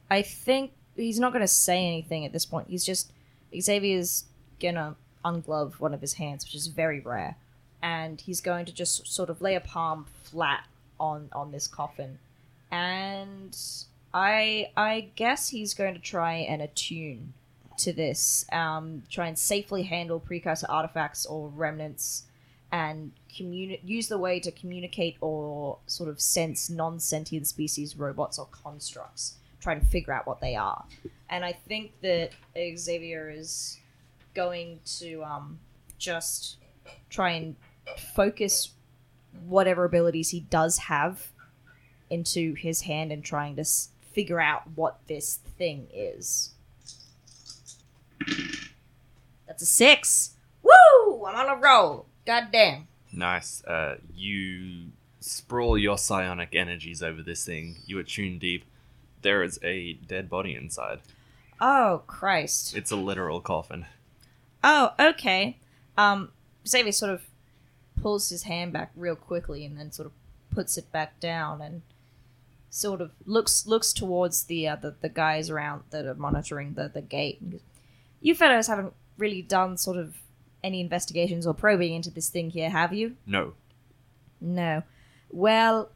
Speaker 2: I think he's not going to say anything at this point. He's just Xavier's gonna unglove one of his hands, which is very rare, and he's going to just sort of lay a palm flat on on this coffin, and I I guess he's going to try and attune to this, um, try and safely handle precursor artifacts or remnants. And communi- use the way to communicate or sort of sense non sentient species, robots, or constructs trying to figure out what they are. And I think that Xavier is going to um, just try and focus whatever abilities he does have into his hand and trying to s- figure out what this thing is. That's a six. Woo! I'm on a roll. God damn.
Speaker 3: Nice. Uh, you sprawl your psionic energies over this thing. You attune deep. There is a dead body inside.
Speaker 2: Oh Christ.
Speaker 3: It's a literal coffin.
Speaker 2: Oh, okay. Um, Xavier sort of pulls his hand back real quickly and then sort of puts it back down and sort of looks looks towards the uh, the, the guys around that are monitoring the, the gate. and goes, You fellows haven't really done sort of any investigations or probing into this thing here, have you?
Speaker 3: No.
Speaker 2: No. Well,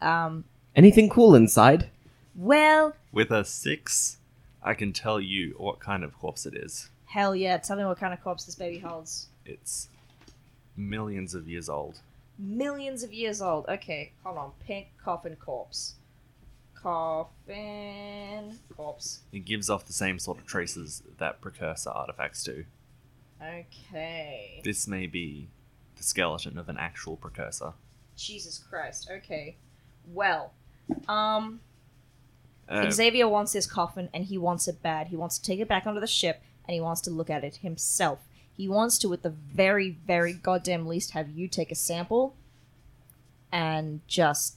Speaker 2: um,
Speaker 1: Anything cool inside?
Speaker 2: well,
Speaker 3: With a six, I can tell you what kind of corpse it is.
Speaker 2: hell yeah! Tell me what kind of corpse this baby holds.
Speaker 3: It's millions of years old.
Speaker 2: millions of years old. Okay, hold on. Pink coffin corpse. Coffin corpse.
Speaker 3: It gives off the same sort of traces that precursor artifacts do.
Speaker 2: Okay.
Speaker 3: This may be the skeleton of an actual precursor.
Speaker 2: Jesus Christ. Okay. Well, um,
Speaker 3: Uh,
Speaker 2: Xavier wants this coffin and he wants it bad. He wants to take it back onto the ship and he wants to look at it himself. He wants to, at the very, very goddamn least, have you take a sample and just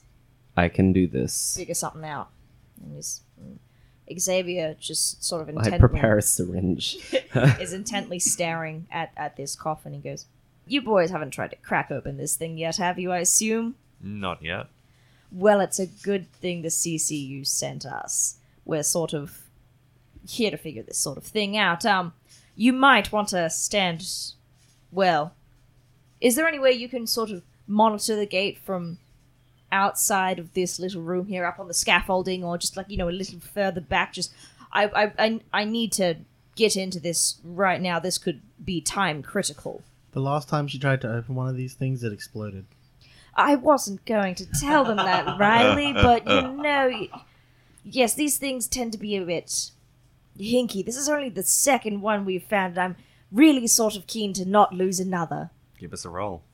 Speaker 1: I can do this.
Speaker 2: figure something out. And he's, mm. Xavier just sort of
Speaker 1: I
Speaker 2: intently.
Speaker 1: prepare a syringe.
Speaker 2: is intently staring at, at this coffin and goes, You boys haven't tried to crack open this thing yet, have you, I assume?
Speaker 3: Not yet.
Speaker 2: Well, it's a good thing the CCU sent us. We're sort of here to figure this sort of thing out. Um, you might want to stand. Well, is there any way you can sort of monitor the gate from outside of this little room here, up on the scaffolding, or just like you know a little further back? Just, I, I, I, I need to get into this right now. This could be time critical.
Speaker 4: The last time she tried to open one of these things, it exploded.
Speaker 2: I wasn't going to tell them that, Riley, but you know, y- yes, these things tend to be a bit hinky. This is only the second one we've found, and I'm really sort of keen to not lose another.
Speaker 3: Give us a roll.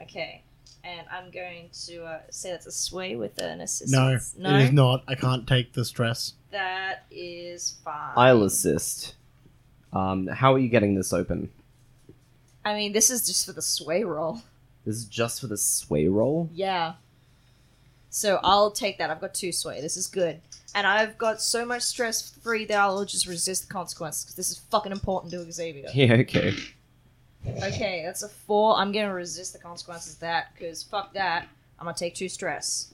Speaker 2: Okay, and I'm going to uh, say that's a sway with an
Speaker 4: No,
Speaker 2: assistance.
Speaker 4: it is not. I can't take the stress.
Speaker 2: that is fine.
Speaker 1: I'll assist. Um, how are you getting this open?
Speaker 2: I mean, this is just for the sway roll.
Speaker 1: This is just for the sway roll.
Speaker 2: Yeah. So I'll take that. I've got two sway. This is good. And I've got so much stress free that I'll just resist the consequences because this is fucking important to Xavier.
Speaker 1: Yeah. Okay.
Speaker 2: Okay, that's a four. I'm gonna resist the consequences of that because fuck that. I'm gonna take two stress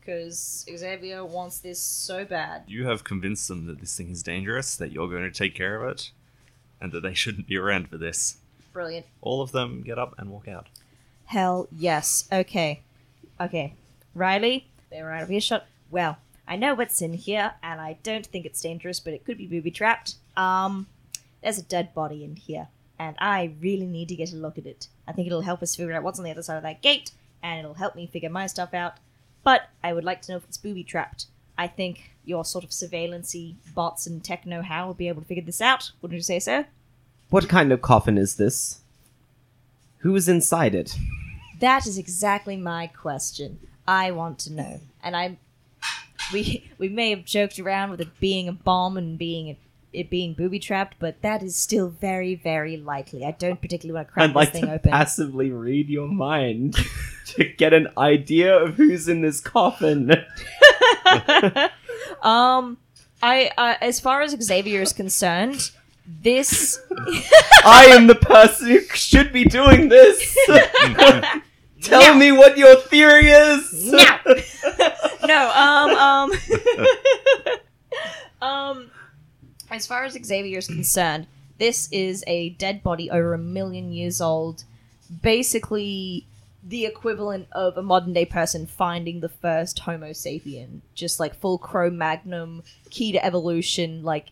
Speaker 2: because Xavier wants this so bad.
Speaker 3: You have convinced them that this thing is dangerous, that you're going to take care of it, and that they shouldn't be around for this.
Speaker 2: Brilliant.
Speaker 3: All of them get up and walk out.
Speaker 2: Hell yes. Okay. Okay, Riley, they're out of earshot. Well, I know what's in here, and I don't think it's dangerous, but it could be booby trapped. Um, there's a dead body in here, and I really need to get a look at it. I think it'll help us figure out what's on the other side of that gate, and it'll help me figure my stuff out. But I would like to know if it's booby trapped. I think your sort of surveillancy bots and tech know how will be able to figure this out. Wouldn't you say so?
Speaker 1: What kind of coffin is this? Who is inside it?
Speaker 2: That is exactly my question. I want to know, and I, we we may have joked around with it being a bomb and being it being booby trapped, but that is still very very likely. I don't particularly want to crack
Speaker 1: I'd like
Speaker 2: this
Speaker 1: to
Speaker 2: thing open.
Speaker 1: passively read your mind to get an idea of who's in this coffin.
Speaker 2: um, I uh, as far as Xavier is concerned, this
Speaker 1: I am the person who should be doing this. Tell me what your theory is.
Speaker 2: now. no, um, um, um, as far as Xavier is concerned, this is a dead body over a million years old. Basically, the equivalent of a modern day person finding the first Homo sapien, just like full Cro Magnum, key to evolution, like.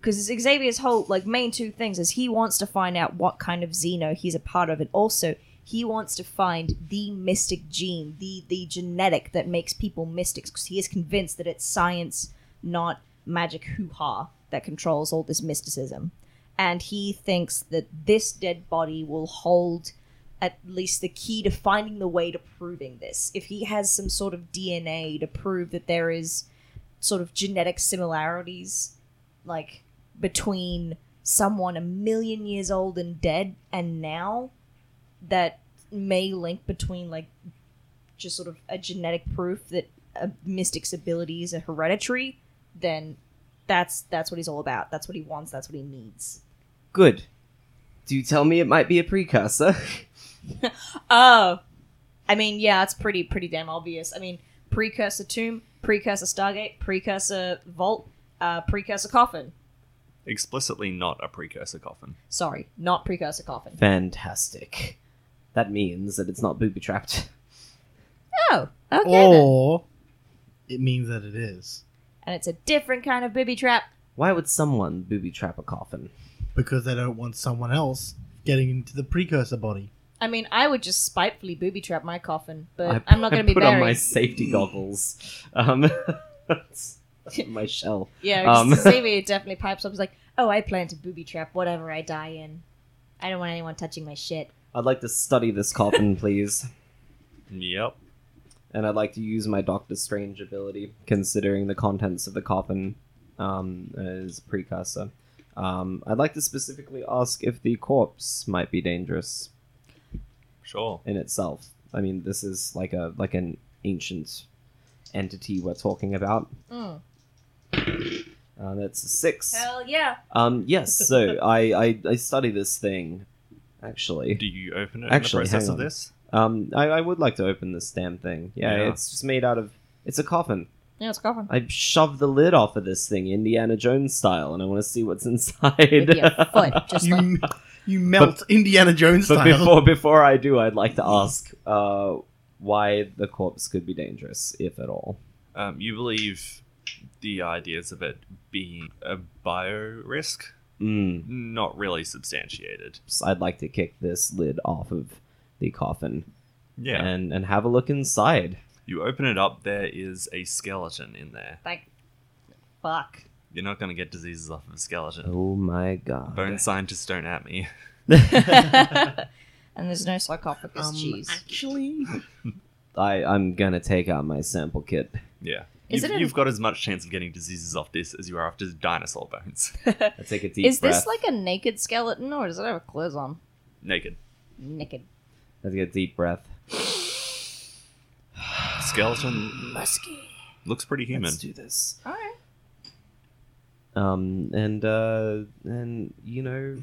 Speaker 2: Because Xavier's whole like main two things is he wants to find out what kind of Xeno he's a part of, and also he wants to find the mystic gene, the the genetic that makes people mystics, because he is convinced that it's science, not magic hoo ha, that controls all this mysticism. And he thinks that this dead body will hold at least the key to finding the way to proving this. If he has some sort of DNA to prove that there is sort of genetic similarities, like between someone a million years old and dead and now, that may link between like just sort of a genetic proof that a mystic's abilities are hereditary, then that's that's what he's all about. That's what he wants. That's what he needs.
Speaker 1: Good. Do you tell me it might be a precursor?
Speaker 2: Oh, I mean, yeah, it's pretty pretty damn obvious. I mean, precursor tomb, precursor Stargate, precursor vault, uh, precursor coffin.
Speaker 3: Explicitly not a precursor coffin.
Speaker 2: Sorry, not precursor coffin.
Speaker 1: Fantastic. That means that it's not booby trapped.
Speaker 2: Oh, okay. then.
Speaker 4: or it means that it is
Speaker 2: And it's a different kind of booby trap.
Speaker 1: Why would someone booby trap a coffin?
Speaker 4: because they don't want someone else getting into the precursor body.
Speaker 2: I mean, I would just spitefully booby trap my coffin, but
Speaker 1: I-
Speaker 2: I'm not going to
Speaker 1: I
Speaker 2: be
Speaker 1: put
Speaker 2: buried.
Speaker 1: on my safety goggles. Um, my shell.
Speaker 2: Yeah,
Speaker 1: Um,
Speaker 2: just Xavier definitely pipes up. He's like, "Oh, I plan to booby trap whatever I die in. I don't want anyone touching my shit."
Speaker 1: I'd like to study this coffin, please.
Speaker 3: Yep.
Speaker 1: And I'd like to use my Doctor Strange ability, considering the contents of the coffin um, as precursor. Um, I'd like to specifically ask if the corpse might be dangerous
Speaker 3: Sure.
Speaker 1: in itself. I mean, this is like a like an ancient entity we're talking about.
Speaker 2: Mm.
Speaker 1: Uh, that's a six.
Speaker 2: Hell yeah!
Speaker 1: Um, yes, so I, I I study this thing, actually.
Speaker 3: Do you open it
Speaker 1: Actually,
Speaker 3: in the
Speaker 1: hang
Speaker 3: process of
Speaker 1: on.
Speaker 3: this?
Speaker 1: Um, I, I would like to open this damn thing. Yeah,
Speaker 3: Yeah.
Speaker 1: it's just made out of. It's a coffin.
Speaker 2: Yeah, it's a coffin.
Speaker 1: I shoved the lid off of this thing, Indiana Jones style, and I want to see what's inside.
Speaker 2: With your foot, just
Speaker 4: You,
Speaker 2: like
Speaker 4: m- you melt Indiana Jones
Speaker 1: but
Speaker 4: style.
Speaker 1: before before I do, I'd like to ask uh, why the corpse could be dangerous, if at all.
Speaker 3: Um, you believe the ideas of it being a bio risk?
Speaker 1: Mm.
Speaker 3: Not really substantiated.
Speaker 1: So I'd like to kick this lid off of the coffin
Speaker 3: Yeah.
Speaker 1: and and have a look inside.
Speaker 3: You open it up, there is a skeleton in there.
Speaker 2: like fuck.
Speaker 3: You're not going to get diseases off of a skeleton.
Speaker 1: Oh my god!
Speaker 3: Bone scientists don't at me.
Speaker 2: and there's no sarcophagus.
Speaker 4: Um,
Speaker 2: Jeez.
Speaker 4: actually,
Speaker 1: I I'm gonna take out my sample kit.
Speaker 3: Yeah.
Speaker 2: Is
Speaker 3: you've,
Speaker 2: it a-
Speaker 3: you've got as much chance of getting diseases off this as you are after dinosaur bones.
Speaker 1: I take a deep
Speaker 2: Is
Speaker 1: breath.
Speaker 2: this like a naked skeleton, or does it have clothes on?
Speaker 3: Naked.
Speaker 2: Naked.
Speaker 1: I take a deep breath.
Speaker 3: Skeleton
Speaker 2: Musky.
Speaker 3: looks pretty human.
Speaker 1: Let's do this.
Speaker 2: All right.
Speaker 1: Um, and uh, and you know,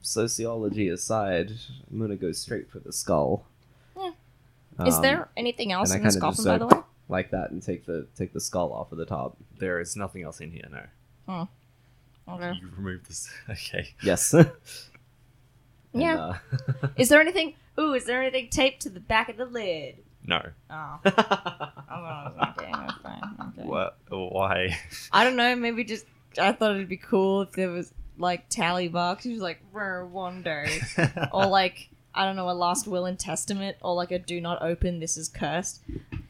Speaker 1: sociology aside, I'm gonna go straight for the skull.
Speaker 2: Yeah. is
Speaker 1: Um,
Speaker 2: there anything else
Speaker 1: and I
Speaker 2: in this
Speaker 1: kinda
Speaker 2: coffin,
Speaker 1: just,
Speaker 2: by
Speaker 1: uh,
Speaker 2: the way?
Speaker 1: like that and take the take the skull off of the top?
Speaker 3: There is nothing else in here, no.
Speaker 2: Okay.
Speaker 3: You remove this. Okay.
Speaker 1: Yes. And,
Speaker 2: Yeah.
Speaker 1: uh,
Speaker 2: Is there anything? Ooh, is there anything taped to the back of the lid?
Speaker 3: No.
Speaker 2: Oh.
Speaker 1: uh,
Speaker 2: I'm not doing it, fine. Okay.
Speaker 3: What? Why?
Speaker 2: I don't know. Maybe just I thought it'd be cool if there was like tally box. She was like "Rrr, one day, or like I don't know a last will and testament, or like a do not open. This is cursed.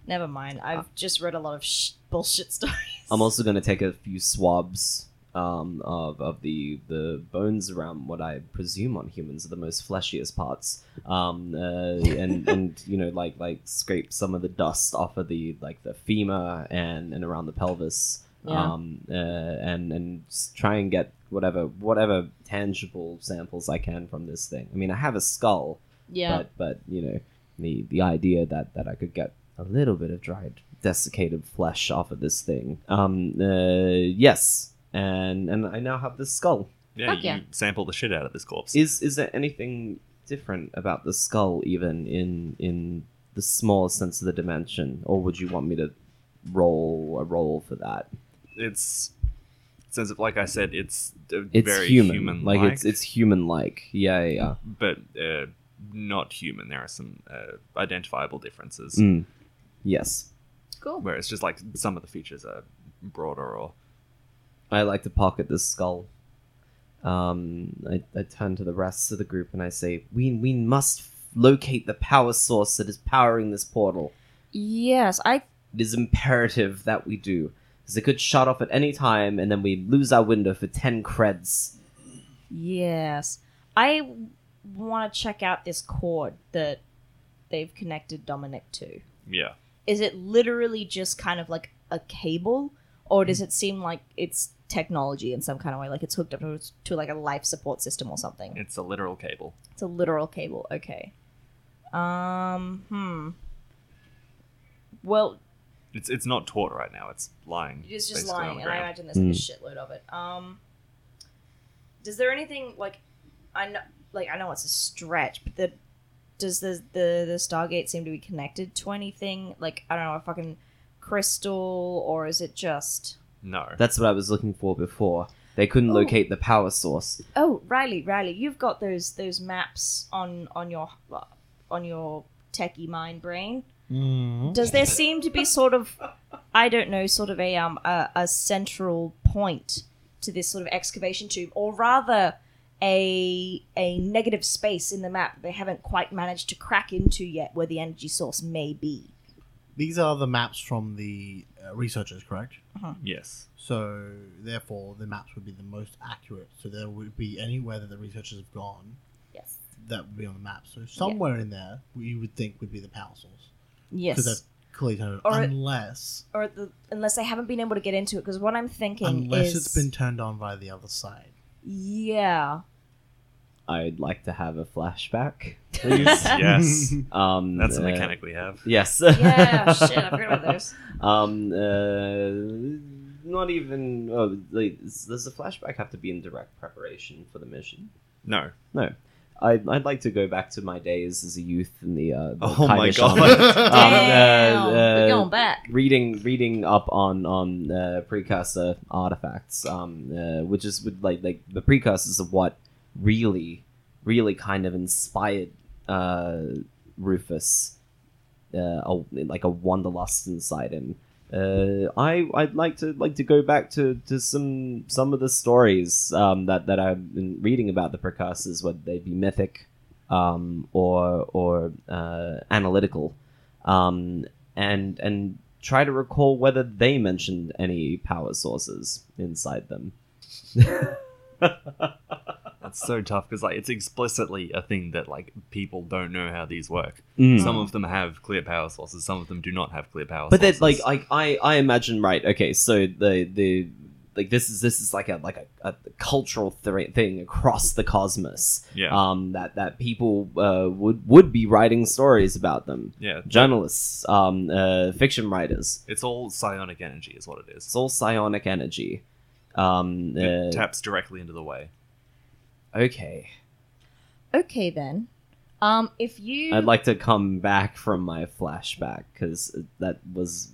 Speaker 2: Never mind. I've just read a lot of sh- bullshit stories.
Speaker 1: I'm also going to take a few swabs um, of, of the the bones around what I presume on humans are the most fleshiest parts, um, uh, and and you know like like scrape some of the dust off of the like the femur and and around the pelvis,
Speaker 2: Yeah.
Speaker 1: um, uh, and and s- try and get whatever whatever tangible samples I can from this thing. I mean, I have a skull,
Speaker 2: yeah.
Speaker 1: but but you know the the idea that that I could get a little bit of dried desiccated flesh off of this thing. Um, uh, yes, and and I now have this skull.
Speaker 3: Yeah,
Speaker 2: Fuck
Speaker 3: you
Speaker 2: yeah.
Speaker 3: sample the shit out of this corpse.
Speaker 1: Is is there anything different about the skull, even in in the small sense of the dimension, or would you want me to roll a roll for that?
Speaker 3: it's since, it- like I said, it's uh,
Speaker 1: It's
Speaker 3: very
Speaker 1: human,
Speaker 3: human,
Speaker 1: like it's it's human like. Yeah, yeah. yeah.
Speaker 3: but uh, not human. There are some uh, identifiable differences.
Speaker 1: Mm. Yes.
Speaker 2: Cool.
Speaker 3: Where it's just like some of the features are broader or
Speaker 1: I like to pocket this skull. Um, I, I turn to the rest of the group and I say, "We we must locate the power source that is powering this portal.
Speaker 2: Yes, I
Speaker 1: It is imperative that we do, because it could shut off at any time, and then we lose our window for ten creds."
Speaker 2: Yes. I want to check out this cord that they've connected Dominic to.
Speaker 3: yeah.
Speaker 2: Is it literally just kind of like a cable, or does it seem like it's technology in some kind of way? Like it's hooked up to, to like a life support system or something?
Speaker 3: It's a literal cable.
Speaker 2: It's a literal cable. Okay. Um, hmm. Well,
Speaker 3: It's it's not taut right now. It's lying.
Speaker 2: It's just
Speaker 3: basically on
Speaker 2: lying,
Speaker 3: the
Speaker 2: and I
Speaker 3: ground.
Speaker 2: imagine there's like a shitload of it. Um, does there anything like I know? Like I know it's a stretch, but the does the the the Stargate seem to be connected to anything? Like I don't know, a fucking crystal, or is it just?
Speaker 3: No.
Speaker 1: That's what I was looking for before. They couldn't
Speaker 2: Oh.
Speaker 1: locate the power source.
Speaker 2: Oh, Riley, Riley, you've got those those maps on on your on your techie mind brain.
Speaker 4: hmm.
Speaker 2: Does there seem to be sort of, I don't know, sort of a um a, a central point to this sort of excavation tube, or rather, a a negative space in the map they haven't quite managed to crack into yet, where the energy source may be?
Speaker 4: These are the maps from the uh, researchers, correct?
Speaker 3: Yes.
Speaker 4: So, therefore, the maps would be the most accurate. So, there would be anywhere that the researchers have gone
Speaker 2: Yes.
Speaker 4: that would be on the map. So, somewhere in there, you would think would be the power source. Because
Speaker 2: Yes.
Speaker 4: that's clearly turned
Speaker 2: Or it-
Speaker 4: unless,
Speaker 2: Or the, unless they haven't been able to get into it, because what I'm thinking
Speaker 4: unless
Speaker 2: is,
Speaker 4: it's been turned on by the other side.
Speaker 2: yeah,
Speaker 1: I'd like to have a flashback.
Speaker 3: Please. yes.
Speaker 1: Um,
Speaker 3: That's a
Speaker 1: uh,
Speaker 3: mechanic we have.
Speaker 1: Yes.
Speaker 2: yeah, shit, I forgot about those.
Speaker 1: Um, uh, not even. Oh, like, does does the flashback have to be in direct preparation for the mission?
Speaker 3: No.
Speaker 1: No. I'd, I'd like to go back to my days as a youth in the. Uh, the
Speaker 3: Oh my
Speaker 1: Kaido
Speaker 3: God.
Speaker 1: Shaman. Um, uh,
Speaker 2: Damn,
Speaker 1: uh,
Speaker 2: we're going back.
Speaker 1: reading reading up on on uh, precursor artifacts, um, uh, which is with like like the precursors of what really really kind of inspired uh, Rufus, uh, a, like a wanderlust inside him. Uh, I I'd like to like to go back to, to some some of the stories um, that that I've been reading about the precursors, whether they be mythic um, or or uh, analytical. Um, and and try to recall whether they mentioned any power sources inside them.
Speaker 3: That's so tough because like it's explicitly a thing that like people don't know how these work.
Speaker 1: Hmm.
Speaker 3: Some of them have clear power sources. Some of them do not have clear power
Speaker 1: But
Speaker 3: sources.
Speaker 1: there's like I, I I imagine right. Okay, so the the like this is this is like a like a, a cultural thre- thing across the cosmos.
Speaker 3: yeah,
Speaker 1: Um, that that people uh, would would be writing stories about them.
Speaker 3: yeah.
Speaker 1: Journalists, um, uh, fiction writers.
Speaker 3: It's all psionic energy, is what it
Speaker 1: It's
Speaker 3: is.
Speaker 1: all psionic energy. Um,
Speaker 3: It
Speaker 1: uh,
Speaker 3: taps directly into the way.
Speaker 1: okay,
Speaker 2: Okay then, um, if you
Speaker 1: I'd like to come back from my flashback because that was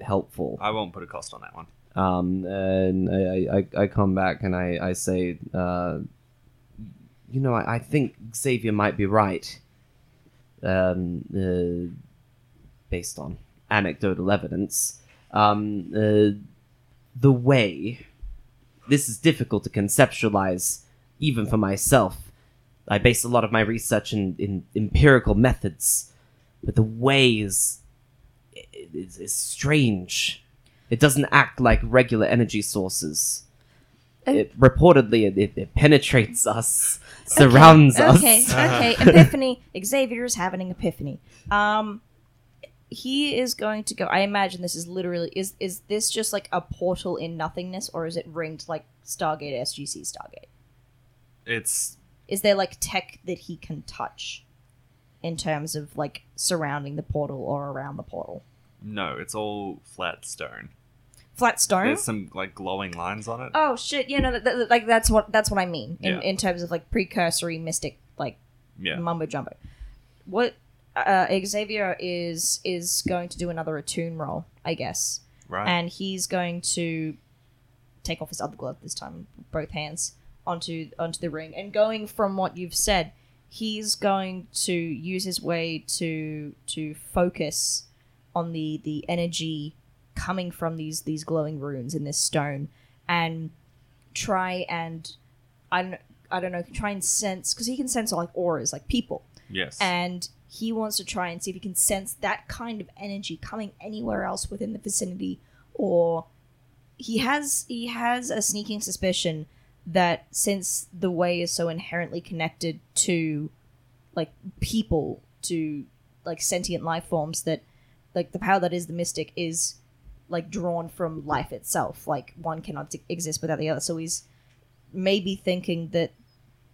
Speaker 1: helpful.
Speaker 3: I won't put a cost on that one.
Speaker 1: Um, and I, I- I, I come back and I, I say, uh, you know, I, I think Xavier might be right. Um, uh, based on anecdotal evidence, um, uh, the way this is difficult to conceptualize, even for myself. I base a lot of my research in, in empirical methods, but the way is, is, is strange. It doesn't act like regular energy sources. It, reportedly, it, it, it penetrates us, surrounds us.
Speaker 2: okay, Okay, epiphany. Xavier is having an epiphany. Um, he is going to go. I imagine this is literally is is this just like a portal in nothingness, or is it ringed like Stargate SGC Stargate?
Speaker 3: It's
Speaker 2: Is there like tech that he can touch, in terms of like surrounding the portal or around the portal?
Speaker 3: no, it's all flat stone.
Speaker 2: Flat stone.
Speaker 3: There's some like glowing lines on it.
Speaker 2: Oh shit! You know, that, that, like that's what that's what I mean in,
Speaker 3: Yeah.
Speaker 2: in terms of like precursory mystic like
Speaker 3: yeah.
Speaker 2: mumbo jumbo. What uh, Xavier is is going to do another attune roll, I guess,
Speaker 3: Right.
Speaker 2: and he's going to take off his other glove this time, both hands onto onto the ring, and going from what you've said, he's going to use his way to to focus on the the energy coming from these these glowing runes in this stone, and try and I don't I don't know try and sense because he can sense like auras like people
Speaker 3: yes.
Speaker 2: and he wants to try and see if he can sense that kind of energy coming anywhere else within the vicinity or he has he has a sneaking suspicion that since the way is so inherently connected to like people to like sentient life forms that like the power that is the mystic is like drawn from life itself like one cannot exist without the other so he's maybe thinking that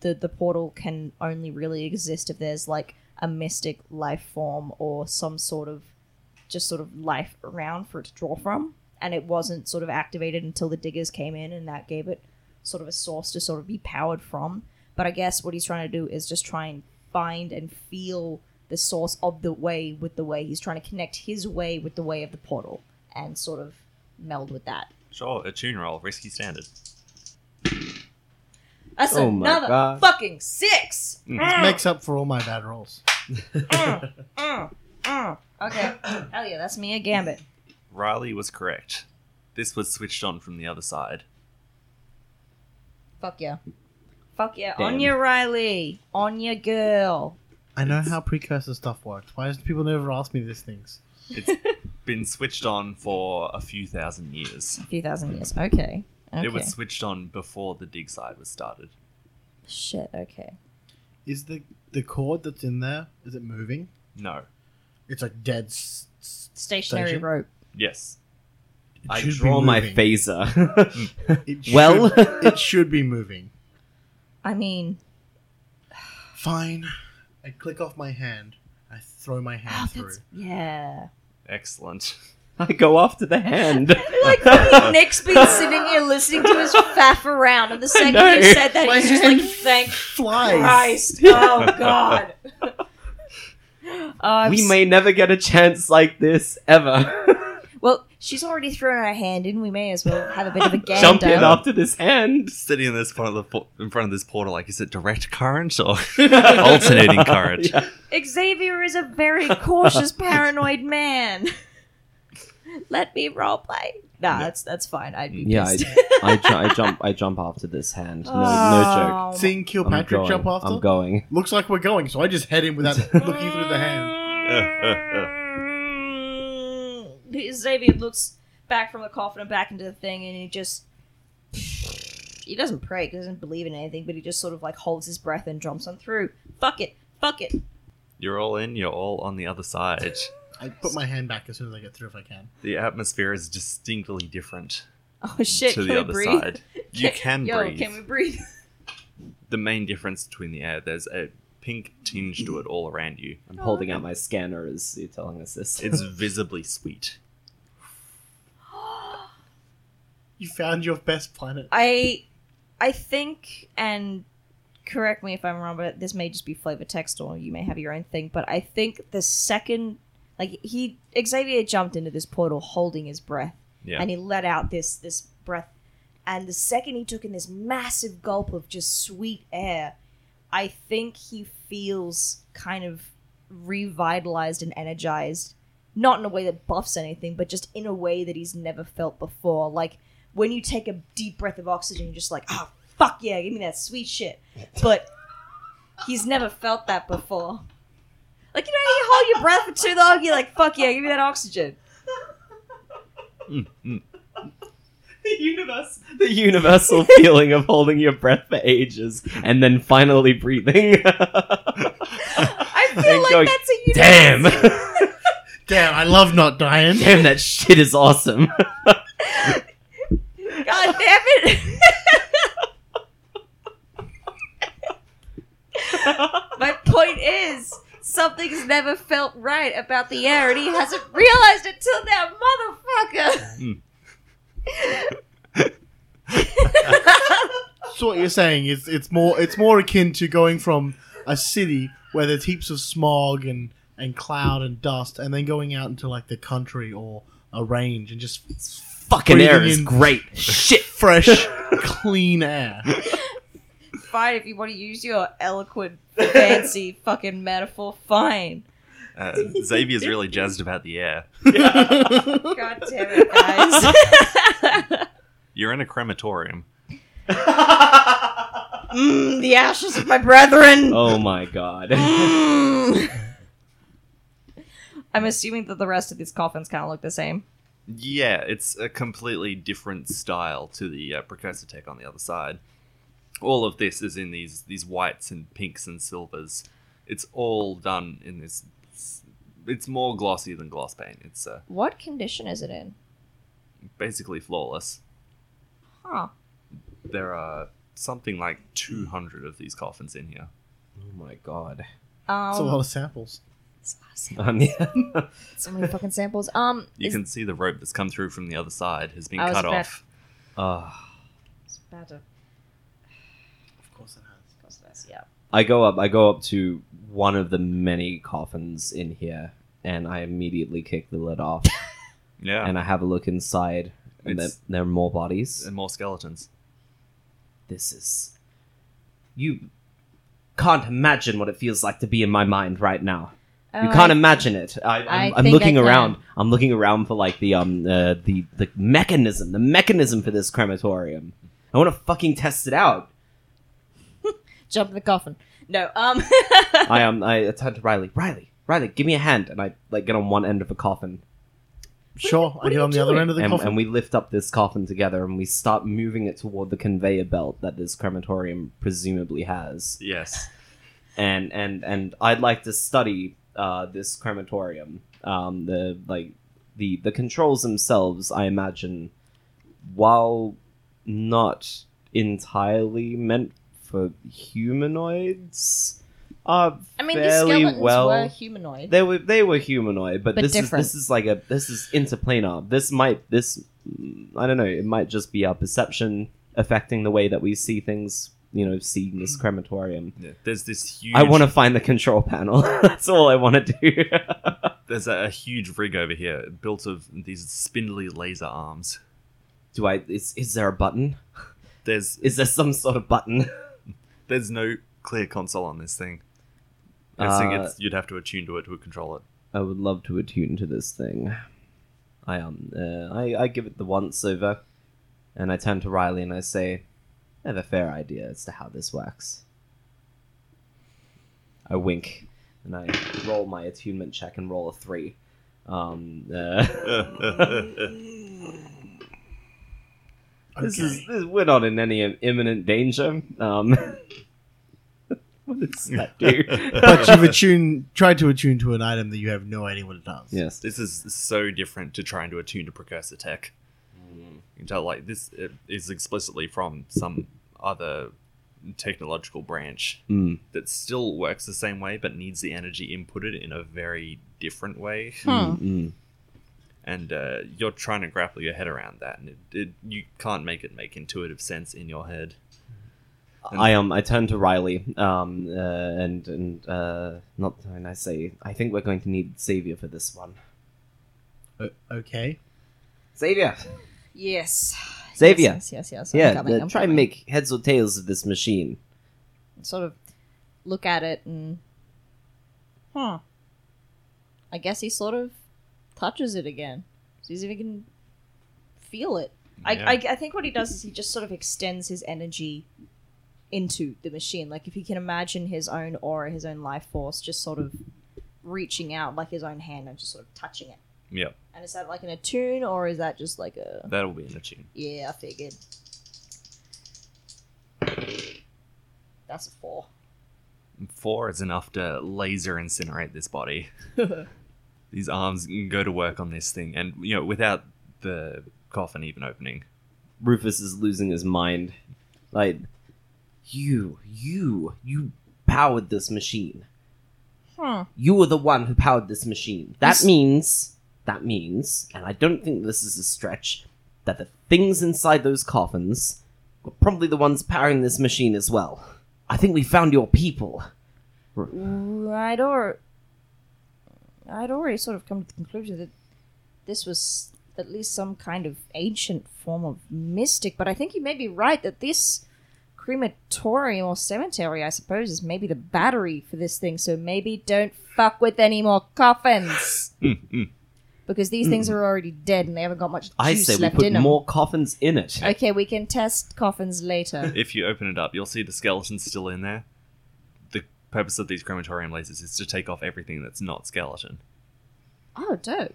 Speaker 2: the the portal can only really exist if there's like a mystic life form or some sort of just sort of life around for it to draw from and it wasn't sort of activated until the diggers came in and that gave it sort of a source to sort of be powered from but i guess what he's trying to do is just try and find and feel the source of the way with the way he's trying to connect his way with the way of the portal and sort of meld with that
Speaker 3: sure, a tune roll, risky standard.
Speaker 2: that's
Speaker 1: Oh my
Speaker 2: another
Speaker 1: God.
Speaker 2: fucking six
Speaker 4: Hmm. This makes up for all my bad rolls.
Speaker 2: Mm, Okay. Hell yeah, that's me a gambit.
Speaker 3: Riley was correct. This was switched on from the other side.
Speaker 2: Fuck yeah. Fuck yeah.
Speaker 1: Damn.
Speaker 2: On your Riley. On your girl.
Speaker 4: I know how precursor stuff works. Why does people never ask me these things?
Speaker 3: It's been switched on for a few thousand years.
Speaker 2: A few thousand years. Okay. Okay.
Speaker 3: It was switched on before the dig side was started.
Speaker 2: Shit, okay.
Speaker 4: Is the the cord that's in there is it moving?
Speaker 3: No.
Speaker 4: It's like dead. S- s-
Speaker 2: Stationary
Speaker 4: Station?
Speaker 2: rope.
Speaker 3: Yes.
Speaker 4: it
Speaker 1: I
Speaker 4: should be
Speaker 1: draw my
Speaker 4: moving.
Speaker 1: phaser.
Speaker 4: It
Speaker 1: Well-
Speaker 4: should- it should be moving.
Speaker 2: I mean,
Speaker 4: Fine. I click off my hand. I throw my hand
Speaker 2: oh,
Speaker 4: through.
Speaker 2: that's, yeah.
Speaker 3: Excellent.
Speaker 1: I go after the hand.
Speaker 2: Like fucking Nick's been sitting here listening to us faff around, and the second
Speaker 1: know.
Speaker 2: you said that,
Speaker 4: My
Speaker 2: he's just
Speaker 4: hand
Speaker 2: like, "Thank
Speaker 4: Flies.
Speaker 2: Christ! Oh God!" Oh, I'm
Speaker 1: we may never get a chance like this ever.
Speaker 2: Well, she's already thrown her hand in. We may as well have a bit of a game.
Speaker 1: Jump in
Speaker 2: down.
Speaker 1: after this hand.
Speaker 3: Sitting in this front of the por- in front of this portal, like is it direct current or
Speaker 1: Alternating
Speaker 3: current.
Speaker 2: Xavier is a very cautious, paranoid man. Let me roleplay. Nah, that's that's fine. I'd be
Speaker 1: Yeah, I,
Speaker 2: pissed.
Speaker 1: I, ju- I jump. I jump after this hand. No, no joke.
Speaker 2: Oh.
Speaker 4: Seeing
Speaker 1: I'm
Speaker 4: Kilpatrick
Speaker 1: going.
Speaker 4: jump after.
Speaker 1: I'm going.
Speaker 4: Looks like we're going, so I just head in without looking through the hand.
Speaker 2: Xavier looks back from the coffin and back into the thing, and he just he doesn't pray, 'cause he doesn't believe in anything, but he just sort of like holds his breath and jumps on through. Fuck it, fuck it.
Speaker 3: You're all in, you're all on the other side.
Speaker 4: I put my hand back as soon as I get through if I can.
Speaker 3: The atmosphere is distinctly different
Speaker 2: Oh shit!
Speaker 3: to
Speaker 2: can
Speaker 3: the
Speaker 2: we
Speaker 3: other
Speaker 2: breathe?
Speaker 3: side. You can
Speaker 2: Yo,
Speaker 3: breathe.
Speaker 2: can we breathe?
Speaker 3: The main difference between the air, there's a pink tinge to it all around you.
Speaker 1: I'm holding out my scanner as you're telling us this.
Speaker 3: It's visibly sweet.
Speaker 4: You found your best planet.
Speaker 2: I I think and correct me if I'm wrong, but this may just be flavor text or you may have your own thing, but I think the second like he Xavier jumped into this portal holding his breath
Speaker 3: Yeah.
Speaker 2: and he let out this this breath and the second he took in this massive gulp of just sweet air, I think he feels kind of revitalized and energized not in a way that buffs anything, but just in a way that he's never felt before. Like when you take a deep breath of oxygen, you're just like, oh, fuck yeah, give me that sweet shit. But he's never felt that before. Like, you know, how you hold your breath for too long, you're like, fuck yeah, give me that oxygen.
Speaker 3: Mm, mm.
Speaker 1: The universe, the universal feeling of holding your breath for ages and then finally breathing.
Speaker 2: I feel
Speaker 1: And
Speaker 2: like
Speaker 1: going,
Speaker 2: that's a universe.
Speaker 1: Damn,
Speaker 4: Damn, I love not dying.
Speaker 1: damn, that shit is awesome.
Speaker 2: God damn it! My point is, something's never felt right about the air, and he hasn't realized it till now, motherfucker.
Speaker 1: Hmm.
Speaker 4: So what you're saying is it's more it's more akin to going from a city where there's heaps of smog and and cloud and dust, and then going out into like the country or a range and just
Speaker 1: Fucking air
Speaker 4: Breathing
Speaker 1: is
Speaker 4: in-
Speaker 1: great. Shit.
Speaker 4: fresh, clean air.
Speaker 2: fine, if you want to use your eloquent, fancy fucking metaphor, fine.
Speaker 3: Uh, Xavier's really jazzed about the air.
Speaker 2: God damn it, guys.
Speaker 3: You're in a crematorium.
Speaker 2: mm, the ashes of my brethren.
Speaker 1: Oh my god.
Speaker 2: Mm. I'm assuming that the rest of these coffins kind of look the same.
Speaker 3: Yeah, it's a completely different style to the uh, precursor tech on the other side. All of this is in these these whites and pinks and silvers. It's all done in this. It's more glossy than gloss paint. It's uh,
Speaker 2: What condition is it in?
Speaker 3: basically flawless.
Speaker 2: Huh.
Speaker 3: There are something like 200 of these coffins in here.
Speaker 1: Oh my god.
Speaker 2: Um,
Speaker 4: That's a lot of samples.
Speaker 1: Um, yeah.
Speaker 2: so many fucking samples. Um,
Speaker 3: You
Speaker 2: is-
Speaker 3: can see the rope that's come through from the other side has been
Speaker 2: I was
Speaker 3: cut
Speaker 2: about-
Speaker 3: off.
Speaker 1: Ah.
Speaker 2: It's bad to-
Speaker 4: Of course it has.
Speaker 2: because of this, yeah.
Speaker 1: I go up. I go up to one of the many coffins in here, and I immediately kick the lid off,
Speaker 3: Yeah, and,
Speaker 1: and I have a look inside, and there,
Speaker 3: It's-
Speaker 1: there are more bodies.
Speaker 3: more skeletons.
Speaker 1: This is. You can't imagine what it feels like to be in my mind right now. you can't imagine it. I, I'm,
Speaker 2: Oh, I
Speaker 1: I am
Speaker 2: think I
Speaker 1: looking
Speaker 2: can.
Speaker 1: around. I'm looking around for like the um uh, the the mechanism, the mechanism for this crematorium. I want to fucking test it out.
Speaker 2: jump in the coffin. No. Um.
Speaker 1: I um I turn to Riley. Riley, Riley, give me a hand, and I like get on one end of a coffin,
Speaker 4: Sure, I
Speaker 2: are
Speaker 4: get
Speaker 2: you
Speaker 4: on the other
Speaker 2: doing?
Speaker 4: end of the
Speaker 1: and,
Speaker 4: coffin.
Speaker 1: and we lift up this coffin together, and we start moving it toward the conveyor belt that this crematorium presumably has.
Speaker 3: Yes.
Speaker 1: And and and I'd like to study uh, this crematorium. Um, the like the the controls themselves, I imagine, while not entirely meant for humanoids, are
Speaker 2: I mean, these
Speaker 1: fairly
Speaker 2: skeletons
Speaker 1: well.
Speaker 2: were humanoid.
Speaker 1: They were they were humanoid, but,
Speaker 2: But
Speaker 1: this
Speaker 2: different.
Speaker 1: is this is like a this is interplanar. This might this mm, I don't know. It might just be our perception affecting the way that we see things. You know, seeing
Speaker 2: Mm.
Speaker 1: this crematorium.
Speaker 3: Yeah. There's this huge.
Speaker 1: I want to find the control panel. That's all I want to do.
Speaker 3: There's a, a huge rig over here built of these spindly laser arms.
Speaker 1: do I? Is is there a button?
Speaker 3: There's
Speaker 1: Is there some sort of button?
Speaker 3: there's no clear console on this thing. I think
Speaker 1: Uh,
Speaker 3: it's, you'd have to attune to it to control it.
Speaker 1: I would love to attune to this thing. I um, uh, I, I give it the once over, and I turn to Riley and I say, "I have a fair idea as to how this works." I wink, and I roll my attunement check and roll a three. Um, uh, this is
Speaker 4: Okay.
Speaker 1: this, we're not in any imminent danger. Um, what does that do?
Speaker 4: but you've attuned, tried to attune to an item that you have no idea what it does.
Speaker 1: yes.
Speaker 3: this is so different to trying to attune to precursor tech. You can tell, like this uh, is explicitly from some other technological branch
Speaker 1: Mm.
Speaker 3: that still works the same way, but needs the energy inputted in a very different way.
Speaker 2: Hmm.
Speaker 1: Mm.
Speaker 3: and uh, you're trying to grapple your head around that, and it, it, you can't make it make intuitive sense in your head. And-
Speaker 1: I um I turn to Riley um uh, and and uh not and I say I think we're going to need Xavier for this one.
Speaker 4: O- okay.
Speaker 1: Xavier,
Speaker 2: Yes.
Speaker 1: Xavier,
Speaker 2: Yes, yes, yes. yes. I'm
Speaker 1: yeah,
Speaker 2: coming,
Speaker 1: uh,
Speaker 2: I'm
Speaker 1: try
Speaker 2: coming.
Speaker 1: and make heads or tails of this machine.
Speaker 2: sort of look at it and huh. I guess he sort of touches it again. Sees if he can feel it. I,
Speaker 3: Yeah.
Speaker 2: I, I think what he does is he just sort of extends his energy into the machine. Like if he can imagine his own aura, his own life force, just sort of reaching out like his own hand and just sort of touching it.
Speaker 3: Yep.
Speaker 2: And is that like in a tune or is that just like a
Speaker 3: That'll be in the tune.
Speaker 2: yeah? I figured. That's a four.
Speaker 3: Four is enough to laser incinerate this body. These arms can go to work on this thing, and you know, without the coffin even opening.
Speaker 1: Rufus is losing his mind. Like, you, you, you powered this machine.
Speaker 2: Hmm.
Speaker 1: You were the one who powered this machine. That
Speaker 2: This-
Speaker 1: means, that means, and I don't think this is a stretch, that the things inside those coffins were probably the ones powering this machine as well. I think we found your people.
Speaker 2: I'd or I'd already sort of come to the conclusion that this was at least some kind of ancient form of mystic, but I think you may be right that this crematorium or cemetery, I suppose, is maybe the battery for this thing. So maybe don't fuck with any more coffins
Speaker 3: Mm, mm.
Speaker 2: because these things are already dead and they haven't got much juice
Speaker 1: I say we
Speaker 2: left
Speaker 1: put
Speaker 2: in them.
Speaker 1: more coffins in it.
Speaker 2: Okay, we can test coffins later.
Speaker 3: If you open it up, you'll see the skeleton's still in there. The purpose of these crematorium lasers is to take off everything that's not skeleton,
Speaker 2: oh, dope.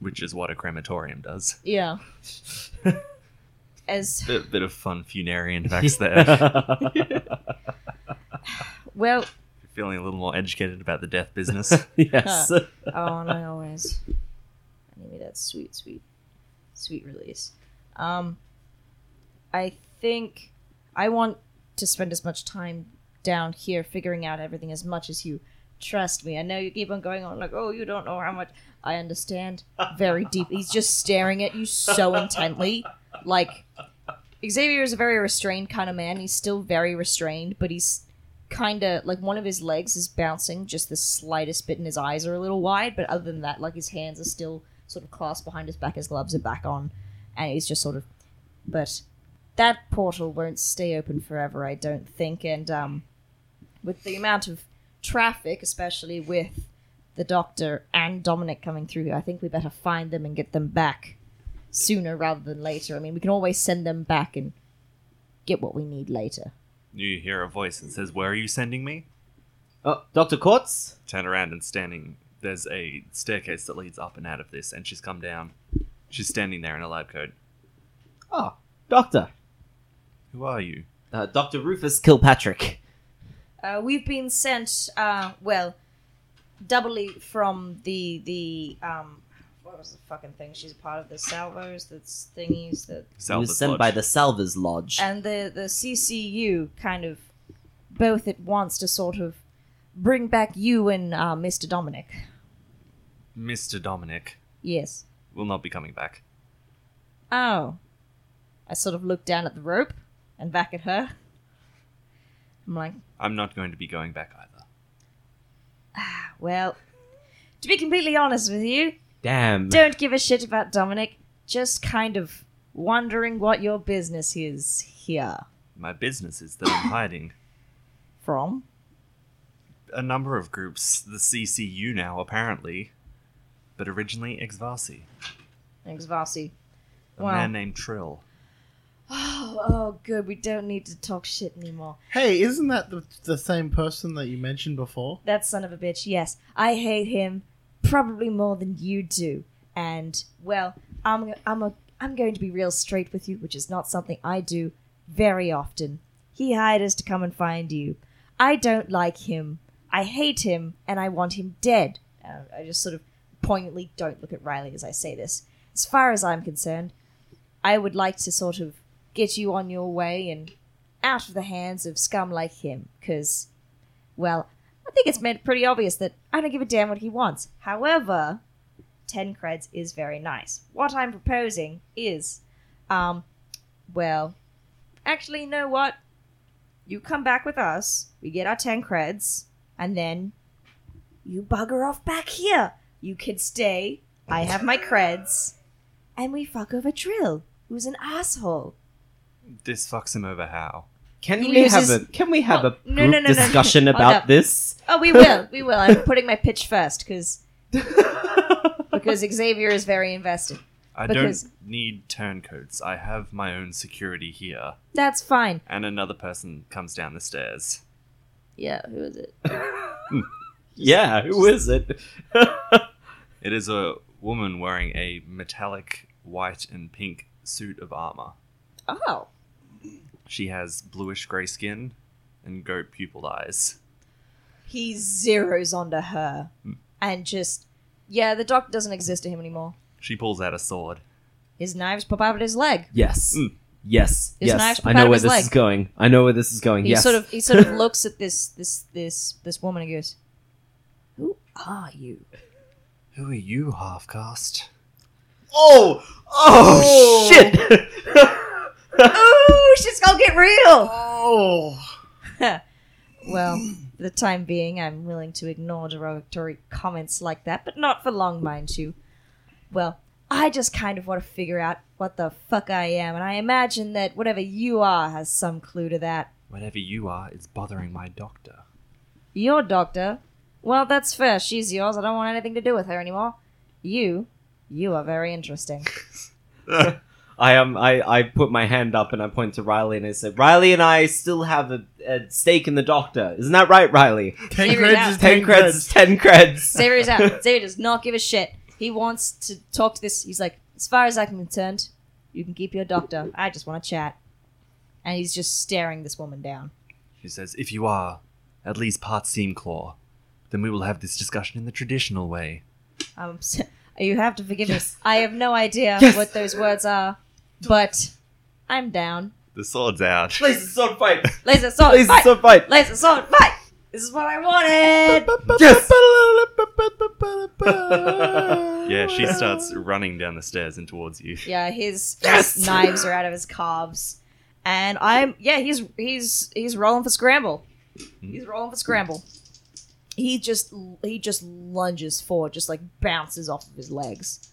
Speaker 3: which is what a crematorium does.
Speaker 2: Yeah. As
Speaker 3: Bit, bit of fun funarian facts there.
Speaker 2: well,
Speaker 3: Feeling a little more educated about the death business.
Speaker 1: yes.
Speaker 2: oh, and I always. Anyway, that's sweet, sweet, sweet release. Um, I think I want to spend as much time down here figuring out everything as much as you. Trust me, I know you keep on going on like, oh, you don't know how much. I understand very deep. He's just staring at you so intently, like Xavier is a very restrained kind of man. He's still very restrained, but he's kind of like one of his legs is bouncing just the slightest bit, and his eyes are a little wide. But other than that, like his hands are still sort of clasped behind his back, his gloves are back on, and he's just sort of. But that portal won't stay open forever, I don't think. And um, with the amount of traffic, especially with the Doctor and Dominic coming through, I think we better find them and get them back sooner rather than later. I mean, we can always send them back and get what we need later.
Speaker 3: you hear a voice that says, Where are you sending me?
Speaker 1: Oh, Dr. Quartz?
Speaker 3: turn around and standing there's a staircase that leads up and out of this and she's come down she's standing there in a lab coat
Speaker 1: Oh, Doctor.
Speaker 3: who are you
Speaker 1: Uh, Dr. Rufus Kilpatrick.
Speaker 2: Uh, we've been sent, uh, well, doubly from the the um, what was the fucking thing? She's part of the salvos, the thingies, that
Speaker 1: He was sent by the Salvers Lodge.
Speaker 2: and the the CCU kind of both at once to sort of bring back you and uh, Mr. Dominic.
Speaker 3: mr dominic
Speaker 2: Yes.
Speaker 3: will not be coming back
Speaker 2: Oh. I sort of looked down at the rope and back at her. I'm like,
Speaker 3: i'm not going to be going back either
Speaker 2: Well, to be completely honest with you,
Speaker 1: Damn.
Speaker 2: don't give a shit about Dominic. Just kind of wondering what your business is here
Speaker 3: my business is that i'm hiding
Speaker 2: from.
Speaker 3: a number of groups the ccu now apparently but originally exvasi
Speaker 2: Thanks, Vasi.
Speaker 3: a
Speaker 2: Wow.
Speaker 3: man named trill
Speaker 2: Oh, oh, good. We don't need to talk shit anymore.
Speaker 4: Hey, isn't that the, the same person that you mentioned before?
Speaker 2: That son of a bitch, yes. I hate him probably more than you do. And well, I'm I'm a I'm going to be real straight with you, which is not something I do very often. He hired us to come and find you. I don't like him. I hate him and I want him dead. Uh, I just sort of poignantly don't look at Riley as I say this. As far as I'm concerned, I would like to sort of get you on your way and out of the hands of scum like him, because well, I think it's made pretty obvious that I don't give a damn what he wants. However, 10 creds is very nice. What I'm proposing is, um, well, actually, you know what? You come back with us, we get our 10 creds, and then you bugger off back here. You can stay, I have my creds, and we fuck over Trill, who's an asshole.
Speaker 3: this fucks him over how
Speaker 1: Can
Speaker 2: He
Speaker 1: we
Speaker 2: uses-
Speaker 1: have a can we have
Speaker 2: Oh,
Speaker 1: a
Speaker 2: no,
Speaker 1: group
Speaker 2: no, no, no.
Speaker 1: discussion
Speaker 2: Oh,
Speaker 1: about
Speaker 2: no.
Speaker 1: this?
Speaker 2: Oh, we will. We will. I'm putting my pitch first because because Xavier is very invested.
Speaker 3: I
Speaker 2: Because-
Speaker 3: don't need turncoats. I have my own security here.
Speaker 2: That's fine.
Speaker 3: And another person comes down the stairs.
Speaker 2: Yeah, who is it?
Speaker 1: yeah, who is it?
Speaker 3: It is a woman wearing a metallic white and pink suit of armor.
Speaker 2: Oh,
Speaker 3: She has bluish grey skin and goat pupiled eyes.
Speaker 2: he zeroes onto her and just yeah, the doctor doesn't exist to him anymore.
Speaker 3: She pulls out a sword.
Speaker 2: His knives pop out of his leg.
Speaker 1: Yes.
Speaker 3: Mm.
Speaker 1: Yes.
Speaker 2: It's Hmm. an
Speaker 1: Yes.
Speaker 2: actual
Speaker 1: I
Speaker 2: part
Speaker 1: know
Speaker 2: of
Speaker 1: where
Speaker 2: his
Speaker 1: this
Speaker 2: leg.
Speaker 1: is going. I know where this is going.
Speaker 2: He
Speaker 1: yes.
Speaker 2: sort of he sort of looks at this this this this woman and goes, "Who are you?"
Speaker 3: Who are you, half caste?
Speaker 1: Oh! Oh, shit!
Speaker 2: oh, shit's gonna get real.
Speaker 4: Oh,
Speaker 2: Well, for the time being, I'm willing to ignore derogatory comments like that, but not for long, mind you. Well, I just kind of want to figure out what the fuck I am, and I imagine that whatever you are has some clue to that.
Speaker 3: Whatever you are, it's bothering my doctor.
Speaker 2: Your doctor? Well, that's fair. She's yours. I don't want anything to do with her anymore. You? You are very interesting.
Speaker 1: I am. I, I put my hand up and I point to Riley and I said, "Riley and I still have a, a stake in the doctor. Isn't that right, Riley?
Speaker 4: ten
Speaker 2: Figure it
Speaker 4: creds
Speaker 2: out.
Speaker 4: is
Speaker 1: Ten creds. is Ten creds.
Speaker 2: Xavier's out. Xavier does not give a shit. He wants to talk to this. He's like, as far as I'm concerned, you can keep your doctor. I just want to chat. And he's just staring this woman down.
Speaker 3: She says, If you are at least part seam claw, then we will have this discussion in the traditional way.
Speaker 2: Um, s- you have to forgive me. I have no idea
Speaker 1: Yes.
Speaker 2: what those words are, but I'm down.
Speaker 3: The sword's out.
Speaker 1: Place is on fight.
Speaker 2: Laser sword
Speaker 1: Place
Speaker 2: fight.
Speaker 1: is on fight.
Speaker 2: Laser sword fight. This is what I wanted.
Speaker 1: Yes.
Speaker 3: Yeah, she starts running down the stairs and towards you.
Speaker 2: Yeah, his,
Speaker 1: Yes!
Speaker 2: his knives are out of his calves, and I'm yeah he's he's he's rolling for scramble. He's rolling for scramble. He just he just lunges forward, just like bounces off of his legs.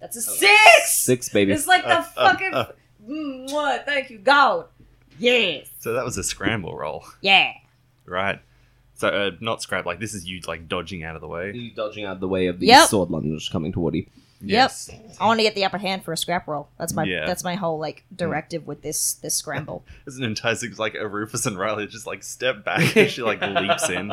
Speaker 2: That's a six.
Speaker 1: Six, baby.
Speaker 2: It's like the
Speaker 3: Uh, uh,
Speaker 2: fucking.
Speaker 3: uh.
Speaker 2: Mm, what? Thank you, God. Yes.
Speaker 3: So that was a scramble roll,
Speaker 2: Yeah.
Speaker 3: right? So uh, not scrap. Like this is you like dodging out of the way.
Speaker 1: You dodging out of the way of the
Speaker 2: Yep.
Speaker 1: sword lunge coming toward you.
Speaker 2: I want to get the upper hand for a scrap roll. That's my
Speaker 3: Yeah.
Speaker 2: that's my whole like directive with this this scramble.
Speaker 3: It's an entire thing, like a Rufus and Riley just like step back and she like leaps in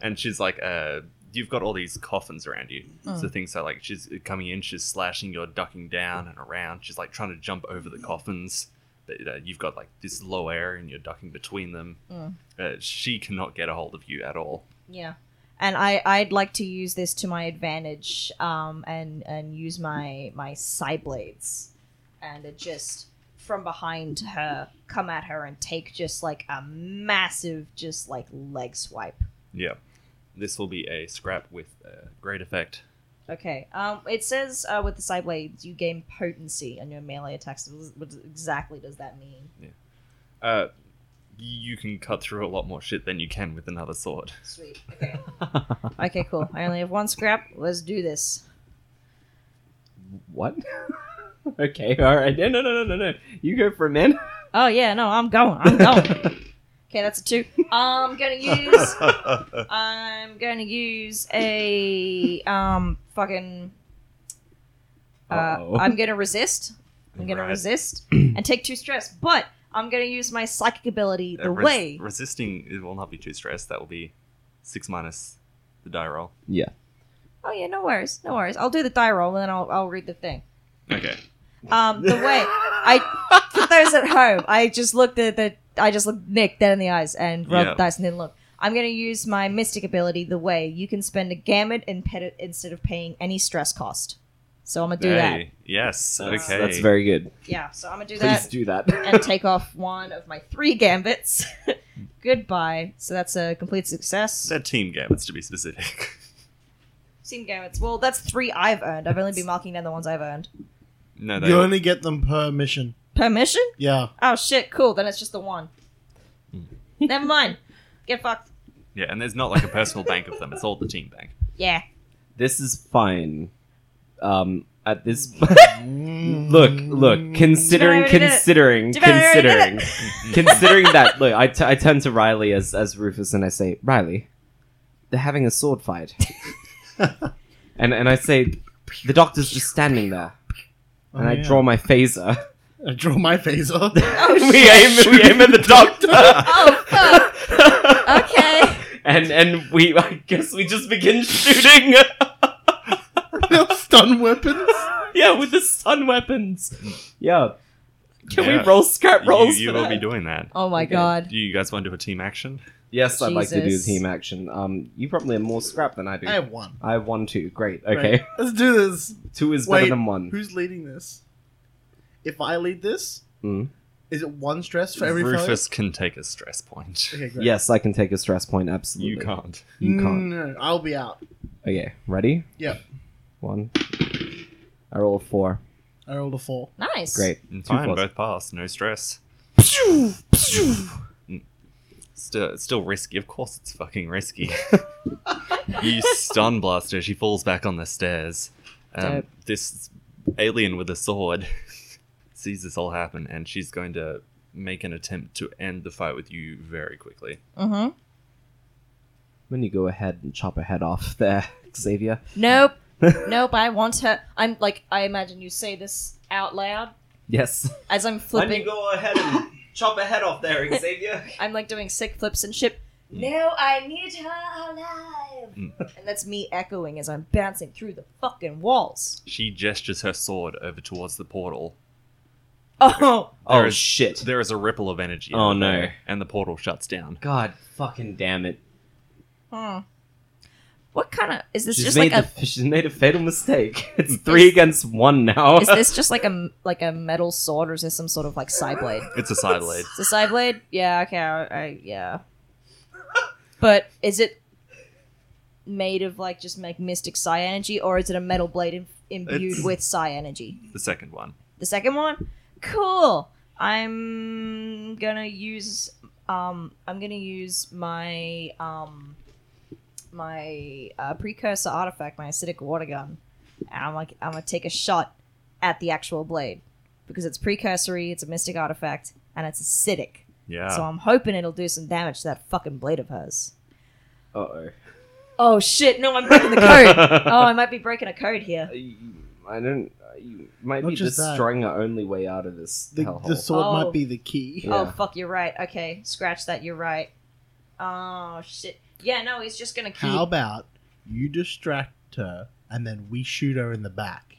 Speaker 3: and she's like, uh, you've got all these coffins around you. So things are like she's coming in, she's slashing, you're ducking down and around. She's like trying to jump over the coffins, but uh, you've got like this low air and you're ducking between them.
Speaker 2: Mm.
Speaker 3: Uh, she cannot get a hold of you at all.
Speaker 2: Yeah. And I, I'd like to use this to my advantage um, and, and use my, my side blades and uh, just from behind her come at her and take just like a massive, just like leg swipe.
Speaker 3: Yeah, this will be a scrap with uh, great effect.
Speaker 2: Okay. Um, it says uh, with the side blades, you gain potency on your melee attacks. What exactly does that mean?
Speaker 3: Uh, you can cut through a lot more shit than you can with another sword.
Speaker 2: Sweet. Okay. okay, cool. I only have one scrap. Let's do this.
Speaker 1: What? okay, all right. No, no, no, no, no. You go for a man.
Speaker 2: Oh, yeah, no, I'm going. I'm going. Okay, that's a two. I'm gonna use.
Speaker 3: Uh,
Speaker 2: I'm gonna use a um fucking. Uh,
Speaker 1: Uh-oh.
Speaker 2: I'm gonna resist. I'm gonna
Speaker 3: Right.
Speaker 2: resist and take two stress, but I'm gonna use my psychic ability the
Speaker 3: Uh, res-
Speaker 2: way.
Speaker 3: resisting it will not be too stressed. That will be six minus the die roll.
Speaker 1: yeah.
Speaker 2: Oh yeah, no worries, no worries. I'll do the die roll and then I'll I'll read the thing.
Speaker 3: Okay.
Speaker 2: Um, the way I for those at home, I just looked at the I just looked Nick dead in the eyes and rubbed
Speaker 3: Yeah.
Speaker 2: dice and didn't look. I'm gonna use my mystic ability. The way you can spend a gamut and pet instead of paying any stress cost. So I'm gonna do that.
Speaker 3: Yes.
Speaker 1: That's,
Speaker 3: okay.
Speaker 1: That's very good.
Speaker 2: Yeah. So I'm gonna do
Speaker 1: Please
Speaker 2: that
Speaker 1: do that.
Speaker 2: and take off one of my three gambits. Goodbye. So that's a complete success.
Speaker 3: They're team gamuts to be specific.
Speaker 2: Team gambits. Well, that's three I've earned. I've only been marking down the ones I've earned.
Speaker 3: no, they.
Speaker 4: You only get them per mission.
Speaker 2: Permission?
Speaker 4: Yeah.
Speaker 2: Oh shit! Cool. Then it's just the one.
Speaker 1: Hmm.
Speaker 2: Never mind. Get fucked.
Speaker 3: Yeah, and there's not like a personal bank of them. It's all the team bank.
Speaker 2: Yeah.
Speaker 1: this is fine. Um, at this. look, look.
Speaker 4: Mm.
Speaker 1: Considering,
Speaker 2: Javon already did it.
Speaker 1: considering,
Speaker 2: Javon already did
Speaker 1: considering, considering that. Look, I, t- I turn to Riley as as Rufus and I say, Riley, they're having a sword fight. and and I say, the doctor's just standing there, and
Speaker 4: Oh,
Speaker 1: I
Speaker 4: yeah.
Speaker 1: draw my phaser.
Speaker 4: I draw my phaser.
Speaker 1: we aim we aim at the doctor,
Speaker 2: Oh fuck. Oh, okay.
Speaker 1: and and we I guess we just begin shooting.
Speaker 4: Stun weapons.
Speaker 1: yeah, with the stun weapons. Yeah. Can
Speaker 3: Yeah.
Speaker 1: we roll scrap
Speaker 3: You-
Speaker 1: rolls?
Speaker 3: you
Speaker 1: for
Speaker 3: will
Speaker 1: that?
Speaker 3: be doing that.
Speaker 2: Oh my
Speaker 1: Okay.
Speaker 2: god.
Speaker 3: Do you guys want to do a team action?
Speaker 1: Yes, I'd like to do
Speaker 2: Jesus.
Speaker 1: team action. Um, you probably have more scrap than I do.
Speaker 4: I have one.
Speaker 1: I have one, two. Great. Okay,
Speaker 4: Right. Let's do this.
Speaker 1: two is
Speaker 4: Wait,
Speaker 1: better than one.
Speaker 4: Who's leading this? If I lead this,
Speaker 1: Mm.
Speaker 4: is it one stress for every failure?
Speaker 3: Rufus can take a stress point.
Speaker 4: Okay, great.
Speaker 1: Yes, I can take a stress point. Absolutely.
Speaker 3: You can't.
Speaker 1: You can't.
Speaker 4: No, I'll be out.
Speaker 1: Okay, ready?
Speaker 4: Yep.
Speaker 1: One. I roll a four.
Speaker 4: I rolled a four.
Speaker 2: Nice.
Speaker 1: Great.
Speaker 3: Mm, Fine,
Speaker 1: plus.
Speaker 3: both pass. No stress. Still, it's still risky. Of course, it's fucking risky. you stun blast her. She falls back on the stairs. Um,
Speaker 2: Dope.
Speaker 3: this alien with a sword sees this all happen, and she's going to make an attempt to end the fight with you very quickly.
Speaker 2: Mm-hmm.
Speaker 1: When you go ahead and chop her head off there, Xavier.
Speaker 2: Nope. nope. I want her. I'm like. I imagine you say this out loud
Speaker 1: Yes.
Speaker 2: as I'm flipping.
Speaker 1: go ahead and chop her head off there, Xavier.
Speaker 2: I'm like doing sick flips and shit.
Speaker 1: Hmm.
Speaker 2: No, I need her alive. and that's me echoing as I'm bouncing through the fucking walls.
Speaker 3: She gestures her sword over towards the portal.
Speaker 2: Oh.
Speaker 1: oh
Speaker 3: There is-
Speaker 1: shit.
Speaker 3: There is a ripple of energy.
Speaker 1: Oh,
Speaker 3: over
Speaker 1: no.
Speaker 3: there, And the portal shuts down.
Speaker 1: God fucking damn it.
Speaker 2: Hmm. What kind of is this
Speaker 1: She's
Speaker 2: just
Speaker 1: made
Speaker 2: like a
Speaker 1: the, she's made a fatal mistake. It's three against one now.
Speaker 2: is this just like a like a metal sword or is this some sort of like side blade?
Speaker 3: It's a side blade.
Speaker 2: It's a side blade. Yeah. Okay. I, I yeah. But is it made of like just like mystic psi energy, or is it a metal blade im- imbued
Speaker 3: It's-
Speaker 2: with psi energy?
Speaker 3: The second one.
Speaker 2: The second one, cool. I'm gonna use um I'm gonna use my um my uh, precursor artifact, my acidic water gun, and I'm like I'm gonna take a shot at the actual blade because it's precursory, it's a mystic artifact, and it's acidic.
Speaker 3: Yeah.
Speaker 2: So I'm hoping it'll do some damage to that fucking blade of hers.
Speaker 1: Uh-oh.
Speaker 2: Oh shit! No, I'm breaking the code. oh, I might be breaking a code here.
Speaker 1: I don't. You might
Speaker 4: Not
Speaker 1: be
Speaker 4: just that.
Speaker 1: destroying our only way out of this
Speaker 4: The, the
Speaker 1: hellhole.
Speaker 4: sword
Speaker 2: Oh.
Speaker 4: might be the key.
Speaker 1: Yeah.
Speaker 2: Oh fuck, you're right. Okay, scratch that. You're right. Oh shit. Yeah, no, he's just gonna keep.
Speaker 4: How about you distract her and then we shoot her in the back?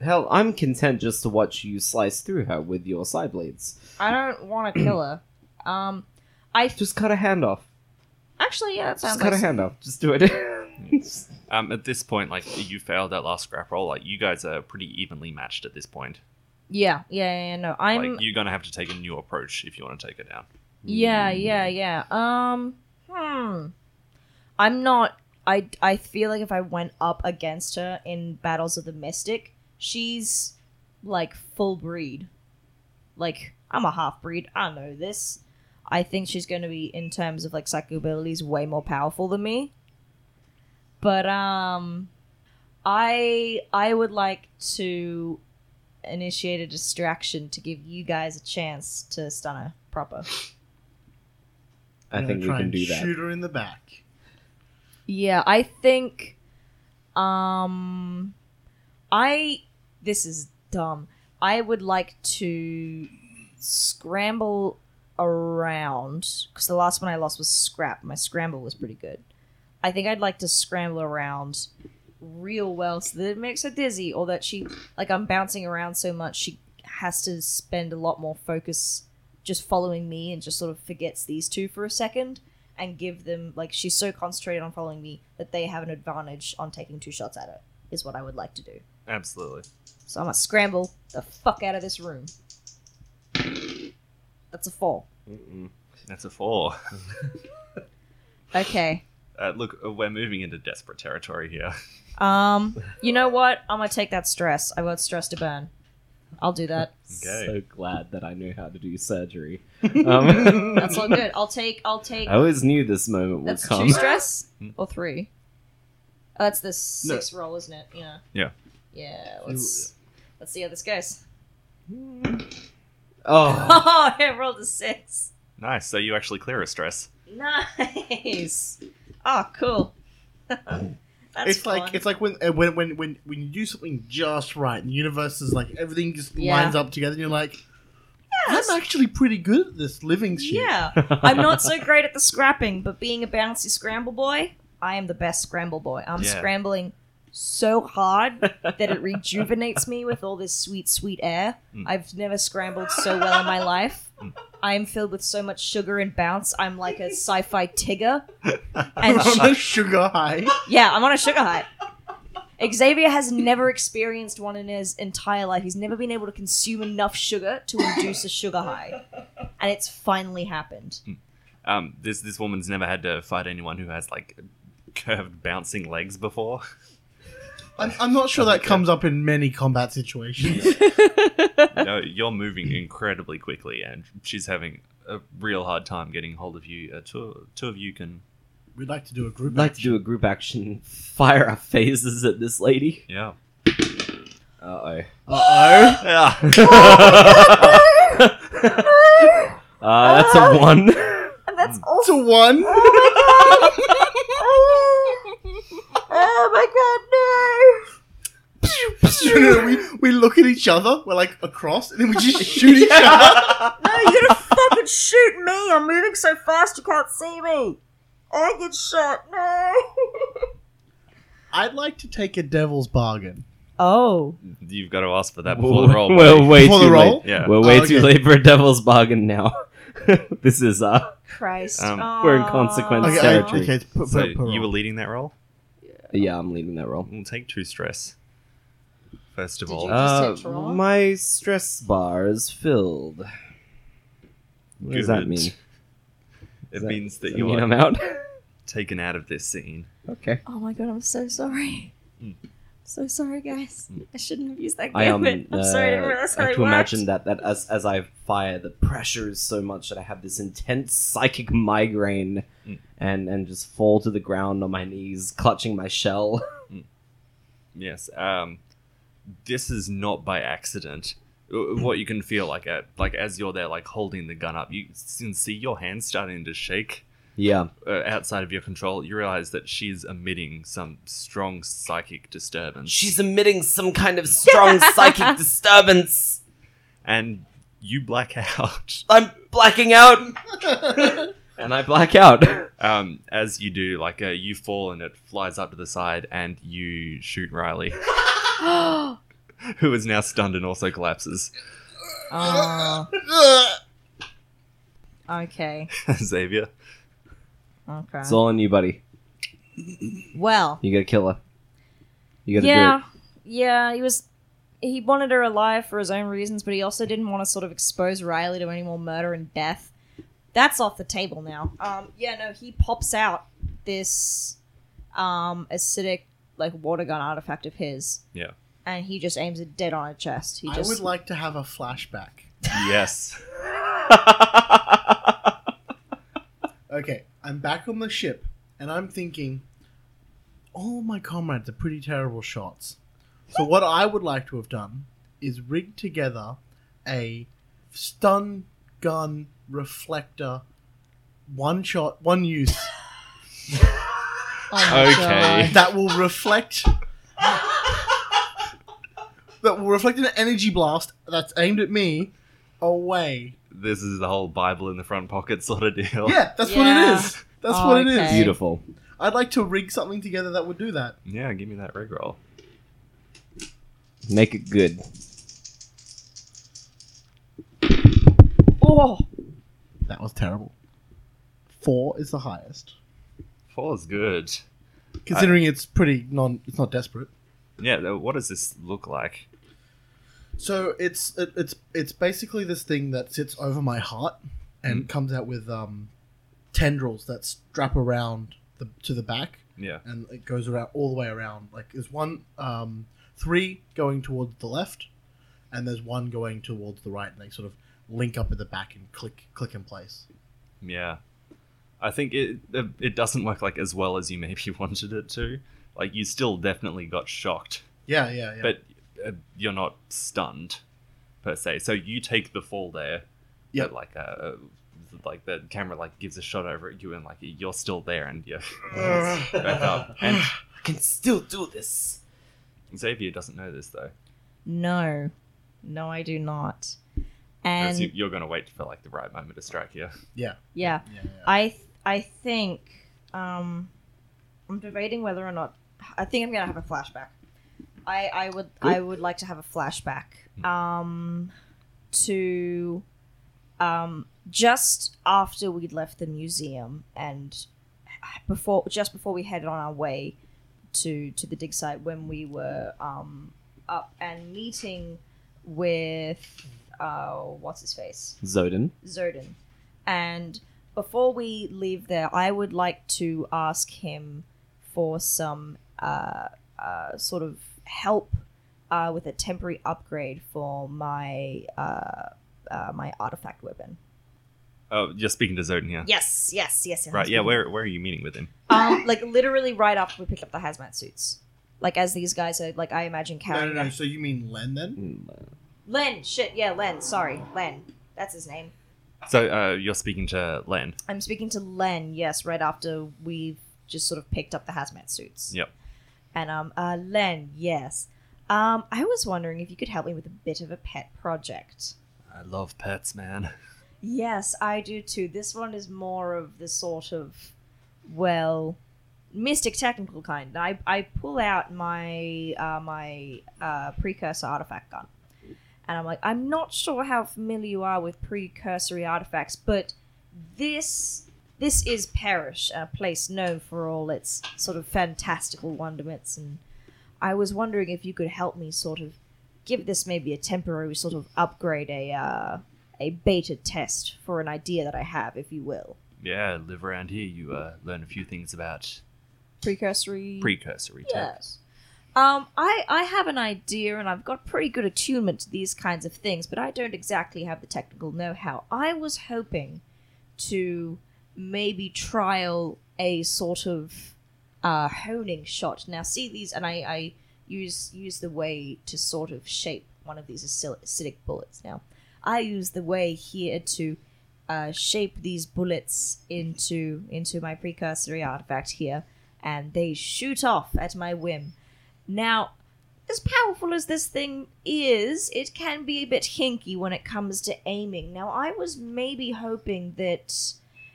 Speaker 1: Hell, I'm content just to watch you slice through her with your side blades.
Speaker 2: I don't want to kill her. Um, I
Speaker 1: Just cut her hand off.
Speaker 2: actually yeah, that
Speaker 1: Just
Speaker 2: sounds
Speaker 1: cut
Speaker 2: like
Speaker 1: her hand off. Just do it.
Speaker 3: Um, at this point, like you failed that last scrap roll, like you guys are pretty evenly matched at this point.
Speaker 2: yeah, yeah, yeah, yeah. No, I'm
Speaker 3: Like you're gonna have to take a new approach if you want to take her down.
Speaker 2: yeah, yeah, yeah. Um, hmm. I'm not. I I feel like if I went up against her in battles of the Mystic, she's like full breed. Like I'm a half breed. I know this. I think she's going to be in terms of like psychic abilities way more powerful than me. But um I I would like to initiate a distraction to give you guys a chance to stun her proper.
Speaker 1: I
Speaker 4: We're
Speaker 1: think we
Speaker 4: gonna try
Speaker 1: can
Speaker 4: and
Speaker 1: do that.
Speaker 4: Shoot her in the back.
Speaker 2: Yeah, I think um I this is dumb. I would like to scramble around cuz the last one I lost was scrap. My scramble was pretty good. I think I'd like to scramble around real well so that it makes her dizzy or that she like I'm bouncing around so much she has to spend a lot more focus just following me and just sort of forgets these two for a second and give them like she's so concentrated on following me that they have an advantage on taking two shots at her is what I would like to do.
Speaker 3: Absolutely.
Speaker 2: So I'm gonna scramble the fuck out of this room. That's a four.
Speaker 3: That's a four.
Speaker 2: Okay.
Speaker 3: Uh, look, uh, we're moving into desperate territory here.
Speaker 2: Um, you know what? I'm gonna take that stress. I got stress to burn. I'll do that.
Speaker 3: Okay.
Speaker 1: So glad that I knew how to do surgery. Um,
Speaker 2: That's all good. I'll take. I'll take.
Speaker 1: I always knew this moment would
Speaker 2: That's
Speaker 1: come.
Speaker 2: two stress
Speaker 3: Hmm.
Speaker 2: or three. Oh, that's the six roll, isn't it? Yeah.
Speaker 3: Yeah.
Speaker 2: Yeah. Let's let's see how this goes.
Speaker 1: Oh,
Speaker 2: Oh, I rolled a six.
Speaker 3: Nice. So you actually clear a stress.
Speaker 2: Nice. Oh, cool. That's
Speaker 4: it's like
Speaker 2: fun.
Speaker 4: it's like when uh, when when when when you do something just right, and the universe is like everything just
Speaker 2: Yeah.
Speaker 4: lines up together, and you're like,
Speaker 2: Yes.
Speaker 4: I'm actually pretty good at this living shit.
Speaker 2: Yeah. I'm not so great at the scrapping, but being a bouncy scramble boy, I am the best scramble boy. I'm
Speaker 3: Yeah.
Speaker 2: scrambling so hard that it rejuvenates me with all this sweet, sweet air.
Speaker 3: Mm.
Speaker 4: Hmm.
Speaker 2: I've never scrambled so well in my life. I'm filled with so much sugar and bounce. I'm like a sci-fi Tigger. And
Speaker 4: I'm
Speaker 2: sh-
Speaker 4: on a sugar high.
Speaker 2: yeah, I'm on a sugar high. Xavier has never experienced one in his entire life. He's never been able to consume enough sugar to induce a sugar high. And it's finally happened.
Speaker 3: Um, this this woman's never had to fight anyone who has like curved bouncing legs before.
Speaker 4: I'm, I'm not sure that comes up in many combat situations.
Speaker 3: no, you're moving incredibly quickly, and she's having a real hard time getting hold of you. Uh, two two of you can,
Speaker 4: We'd like to do a group.
Speaker 1: I'd like to do a group action. Fire our phases at this lady.
Speaker 3: yeah,
Speaker 1: Uh
Speaker 4: Uh oh.
Speaker 3: Ah!
Speaker 1: oh. uh, that's a one.
Speaker 2: And that's
Speaker 4: It's a one.
Speaker 2: oh
Speaker 4: we, we look at each other. We're like across, and then we just shoot each other.
Speaker 2: my god, no! No, you're gonna fucking shoot me! I'm moving so fast you can't see me! I get shot, no!
Speaker 4: I'd like to take a devil's bargain.
Speaker 2: Oh.
Speaker 3: you've got to ask for that before the roll.
Speaker 1: We're
Speaker 3: buddy.
Speaker 1: way
Speaker 4: Before the
Speaker 1: too
Speaker 4: roll?
Speaker 1: late.
Speaker 3: Yeah.
Speaker 1: We're way
Speaker 4: Oh,
Speaker 1: too
Speaker 4: okay.
Speaker 1: late for a devil's bargain now. this is uh
Speaker 2: Christ.
Speaker 3: Um,
Speaker 1: we're in consequence
Speaker 4: Okay, I,
Speaker 1: Sarah. territory.
Speaker 4: okay. It's per, per,
Speaker 3: so
Speaker 4: per roll.
Speaker 3: you were leading that roll.
Speaker 1: yeah, I'm leaving that roll.
Speaker 3: We'll take two stress. First of
Speaker 2: Did
Speaker 3: all,
Speaker 2: you-
Speaker 1: Uh,
Speaker 2: Just hit roll?
Speaker 1: my stress bar is filled. What does that
Speaker 3: Good.
Speaker 1: mean?
Speaker 3: It
Speaker 1: that-
Speaker 3: means
Speaker 1: Does
Speaker 3: that
Speaker 1: that
Speaker 3: you
Speaker 1: mean
Speaker 3: are
Speaker 1: I'm out?
Speaker 3: taken out of this scene.
Speaker 1: okay.
Speaker 2: Oh my god, I'm so sorry.
Speaker 3: Mm.
Speaker 2: So sorry, guys.
Speaker 3: Mm.
Speaker 2: I shouldn't have used that
Speaker 1: I am. uh,
Speaker 2: gambit. I'm sorry, I didn't realize
Speaker 1: I
Speaker 2: how
Speaker 1: have
Speaker 2: it
Speaker 1: to imagine
Speaker 2: worked.
Speaker 1: that that as as I fire, the pressure is so much that I have this intense psychic migraine,
Speaker 3: Mm.
Speaker 1: and and just fall to the ground on my knees, clutching my shell.
Speaker 3: Yes. Um, this is not by accident. Uh, What you can feel like at, like as you're there, like holding the gun up, you can see your hand starting to shake
Speaker 1: Yeah.
Speaker 3: uh, outside of your control. You realize that she's emitting some strong psychic disturbance,
Speaker 1: She's emitting some kind of strong psychic disturbance.
Speaker 3: and you black out.
Speaker 1: I'm blacking out, and I black out.
Speaker 3: Um, as you do, like uh, you fall and it flies up to the side, and you shoot Riley, who is now stunned and also collapses.
Speaker 2: Ah, okay.
Speaker 3: Xavier.
Speaker 2: Okay.
Speaker 1: It's all on you, buddy.
Speaker 2: well.
Speaker 1: You gotta kill her. You gotta do it.
Speaker 2: yeah, yeah. He was he wanted her alive for his own reasons, but he also didn't want to sort of expose Riley to any more murder and death. That's off the table now. Um, yeah, no. He pops out this um, acidic like water gun artifact of his.
Speaker 3: Yeah.
Speaker 2: And he just aims it dead on her chest. He
Speaker 4: I
Speaker 2: just
Speaker 4: would like to have a flashback.
Speaker 3: Yes.
Speaker 4: Okay, I'm back on the ship, and I'm thinking, all my comrades are pretty terrible shots. So what I would like to have done is rig together a stun gun reflector, one shot, one use
Speaker 2: Oh my
Speaker 3: Okay.
Speaker 4: that will reflect. That will reflect an energy blast that's aimed at me away.
Speaker 3: this is the whole Bible in the front pocket sort of deal.
Speaker 4: Yeah, that's
Speaker 2: Yeah.
Speaker 4: what it is. That's
Speaker 2: Oh,
Speaker 4: what it is.
Speaker 2: okay.
Speaker 1: Beautiful.
Speaker 4: I'd like to rig something together that would do that.
Speaker 3: Yeah, give me that rig roll.
Speaker 1: Make it good.
Speaker 2: Oh,
Speaker 4: That was terrible. Four is the highest,
Speaker 3: Four's good.
Speaker 4: considering it's pretty non. It's not desperate.
Speaker 3: Yeah, though, what does this look like?
Speaker 4: So it's it, it's it's basically this thing that sits over my heart and comes out with um, tendrils that strap around the to the back
Speaker 3: Yeah.
Speaker 4: and it goes around all the way around. Like there's one, um, three going towards the left, and there's one going towards the right, and they sort of link up at the back and click click in place.
Speaker 3: Yeah. I think it it it doesn't work like as well as you maybe wanted it to. Like you still definitely got shocked,
Speaker 4: Yeah, yeah, yeah.
Speaker 3: but uh, you're not stunned per se. So you take the fall there.
Speaker 4: Yep.
Speaker 3: But like uh, like the camera like gives a shot over at you and like you're still there and you back
Speaker 1: I
Speaker 3: up. And
Speaker 1: can still do this.
Speaker 3: Xavier doesn't know this though.
Speaker 2: No, no, I do not.
Speaker 3: Whereas you-
Speaker 2: And
Speaker 3: You're going to wait for like the right moment to strike you.
Speaker 2: yeah,
Speaker 4: Yeah, yeah.
Speaker 2: I th- I think um, I'm debating whether or not I think I'm gonna have a flashback. I I would I would like to have a flashback um, to um, just after we'd left the museum and before just before we headed on our way to to the dig site when we were um, up and meeting with uh, what's his face
Speaker 1: Zodin.
Speaker 2: Zodin. And before we leave there, I would like to ask him for some uh, uh, sort of help uh, with a temporary upgrade for my uh, uh, my artifact weapon.
Speaker 3: Oh, you're speaking to Zodin here.
Speaker 2: Yes, yes, yes. yes
Speaker 3: Right, yeah, where, where are you meeting with him?
Speaker 2: Um, like literally right after we picked up the hazmat suits. Like as these guys are like I imagine
Speaker 4: No,
Speaker 2: carrying
Speaker 4: no, no.
Speaker 2: them.
Speaker 4: So you mean Len then?
Speaker 2: Len, shit, yeah, Len. Sorry, Len. That's his name.
Speaker 3: So uh, you're speaking to Len.
Speaker 2: I'm speaking to Len, yes, right after we've just sort of picked up the hazmat suits.
Speaker 3: Yep.
Speaker 2: And um, uh, Len, yes. Um, I was wondering if you could help me with a bit of a pet project.
Speaker 3: I love pets, man.
Speaker 2: Yes, I do too. This one is more of the sort of, well, mystic technical kind. I, I pull out my uh, my uh, precursor artifact gun, and I'm like, I'm not sure how familiar you are with precursory artifacts, but this this is Parish, a place known for all its sort of fantastical wonderments, and I was wondering if you could help me sort of give this maybe a temporary sort of upgrade, a uh, a beta test for an idea that I have, if you will.
Speaker 3: Yeah, live around here. You uh, learn a few things about
Speaker 2: Precursory.
Speaker 3: precursory tech.
Speaker 2: Yes. Um, I, I have an idea and I've got pretty good attunement to these kinds of things, but I don't exactly have the technical know how. I was hoping to maybe trial a sort of uh, honing shot. Now, see these, and I, I use use the way to sort of shape one of these acil- acidic bullets. Now, I use the way here to uh, shape these bullets into into my precursory artifact here, and they shoot off at my whim. Now, as powerful as this thing is, it can be a bit hinky when it comes to aiming. Now, I was maybe hoping that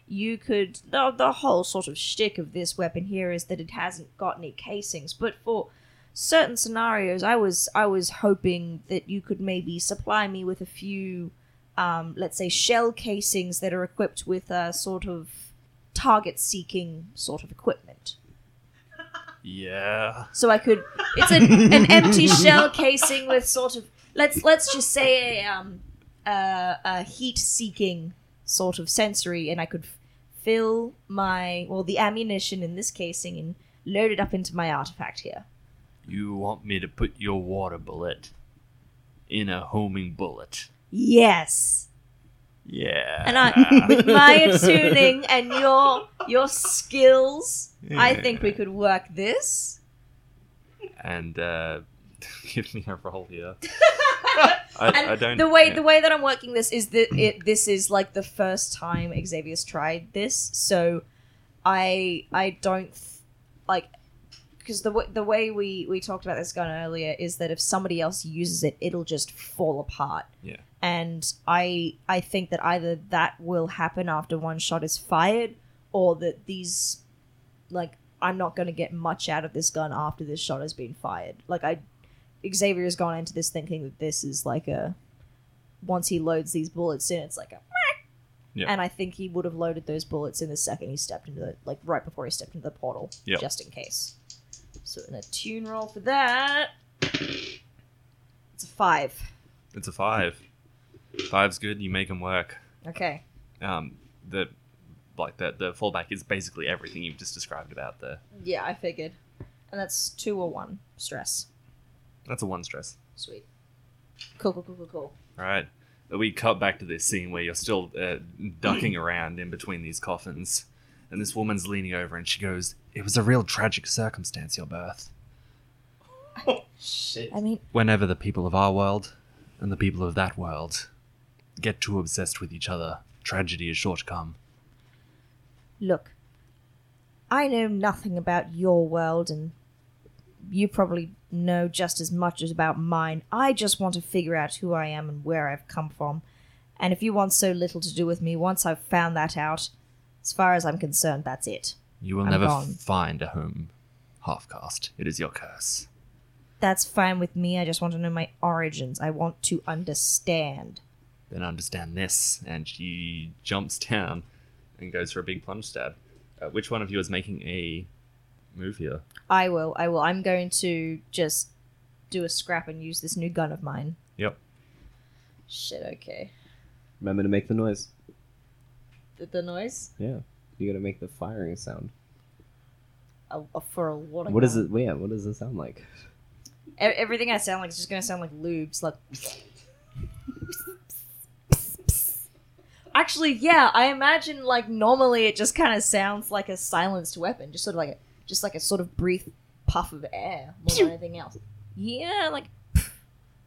Speaker 2: you could. The, the whole sort of shtick of this weapon here is that it hasn't got any casings, but for certain scenarios, I was I was hoping that you could maybe supply me with a few, um, let's say, shell casings that are equipped with a sort of target-seeking sort of equipment.
Speaker 3: Yeah.
Speaker 2: So I could. It's an, an empty shell casing with sort of let's let's just say a um a, a heat-seeking sort of sensory, and I could f- fill my well the ammunition in this casing and load it up into my artifact here.
Speaker 3: You want me to put your water bullet in a homing bullet.
Speaker 2: Yes.
Speaker 3: Yeah.
Speaker 2: and uh, I, with my attuning and your your skills, I think we could work this.
Speaker 3: And, uh, give me a roll here.
Speaker 2: And
Speaker 3: I, I don't.
Speaker 2: the way
Speaker 3: yeah.
Speaker 2: the way that I'm working this is that it this is like the first time Xavier's tried this, so I I don't th- like because the w- the way we we talked about this gun earlier is that if somebody else uses it, it'll just fall apart.
Speaker 3: Yeah.
Speaker 2: And I I think that either that will happen after one shot is fired, or that these like I'm not going to get much out of this gun after this shot has been fired. Like I Xavier has gone into this thinking that this is like a once he loads these bullets in, it's like a
Speaker 3: Yeah.
Speaker 2: and I think he would have loaded those bullets in the second he stepped into the like right before he stepped into the portal,
Speaker 3: Yeah.
Speaker 2: just in case. So an attune roll for that. It's a five.
Speaker 3: It's a five. Five's good. You make them work.
Speaker 2: Okay.
Speaker 3: Um, the like the the fallback is basically everything you've just described about the.
Speaker 2: Yeah, I figured. And that's two or one stress.
Speaker 3: That's a one stress.
Speaker 2: Sweet. Cool, cool, cool, cool, cool.
Speaker 3: All right. We cut back to this scene where you're still uh, ducking around in between these coffins, and this woman's leaning over and she goes, "It was a real tragic circumstance, your birth.
Speaker 1: Shit.
Speaker 2: I mean,
Speaker 3: Whenever the people of our world and the people of that world get too obsessed with each other, Tragedy is sure to come.
Speaker 2: Look, I know nothing about your world, and you probably know just as much as about mine. I just want to figure out who I am and where I've come from. And if you want so little to do with me, once I've found that out, as far as I'm concerned, that's it.
Speaker 3: You will
Speaker 2: I'm
Speaker 3: never
Speaker 2: gone.
Speaker 3: find a home, half caste. It is your curse.
Speaker 2: That's fine with me. I just want to know my origins. I want to understand.
Speaker 3: Then understand this. And she jumps down and goes for a big plunge stab. Uh, which one of you is making a move here?
Speaker 2: I will. I will. I'm going to just do a scrap and use this new gun of mine.
Speaker 3: Yep.
Speaker 2: Shit, okay.
Speaker 1: Remember to make the noise.
Speaker 2: The, the noise?
Speaker 1: Yeah, you gotta make the firing sound.
Speaker 2: A, a- for a water
Speaker 1: What is
Speaker 2: gun.
Speaker 1: it? Yeah, what does it sound like?
Speaker 2: E- everything I sound like is just going to sound like lubes. Like. Actually, yeah, I imagine like normally it just kind of sounds like a silenced weapon, just sort of like a, just like a sort of brief puff of air more than anything else. Yeah, like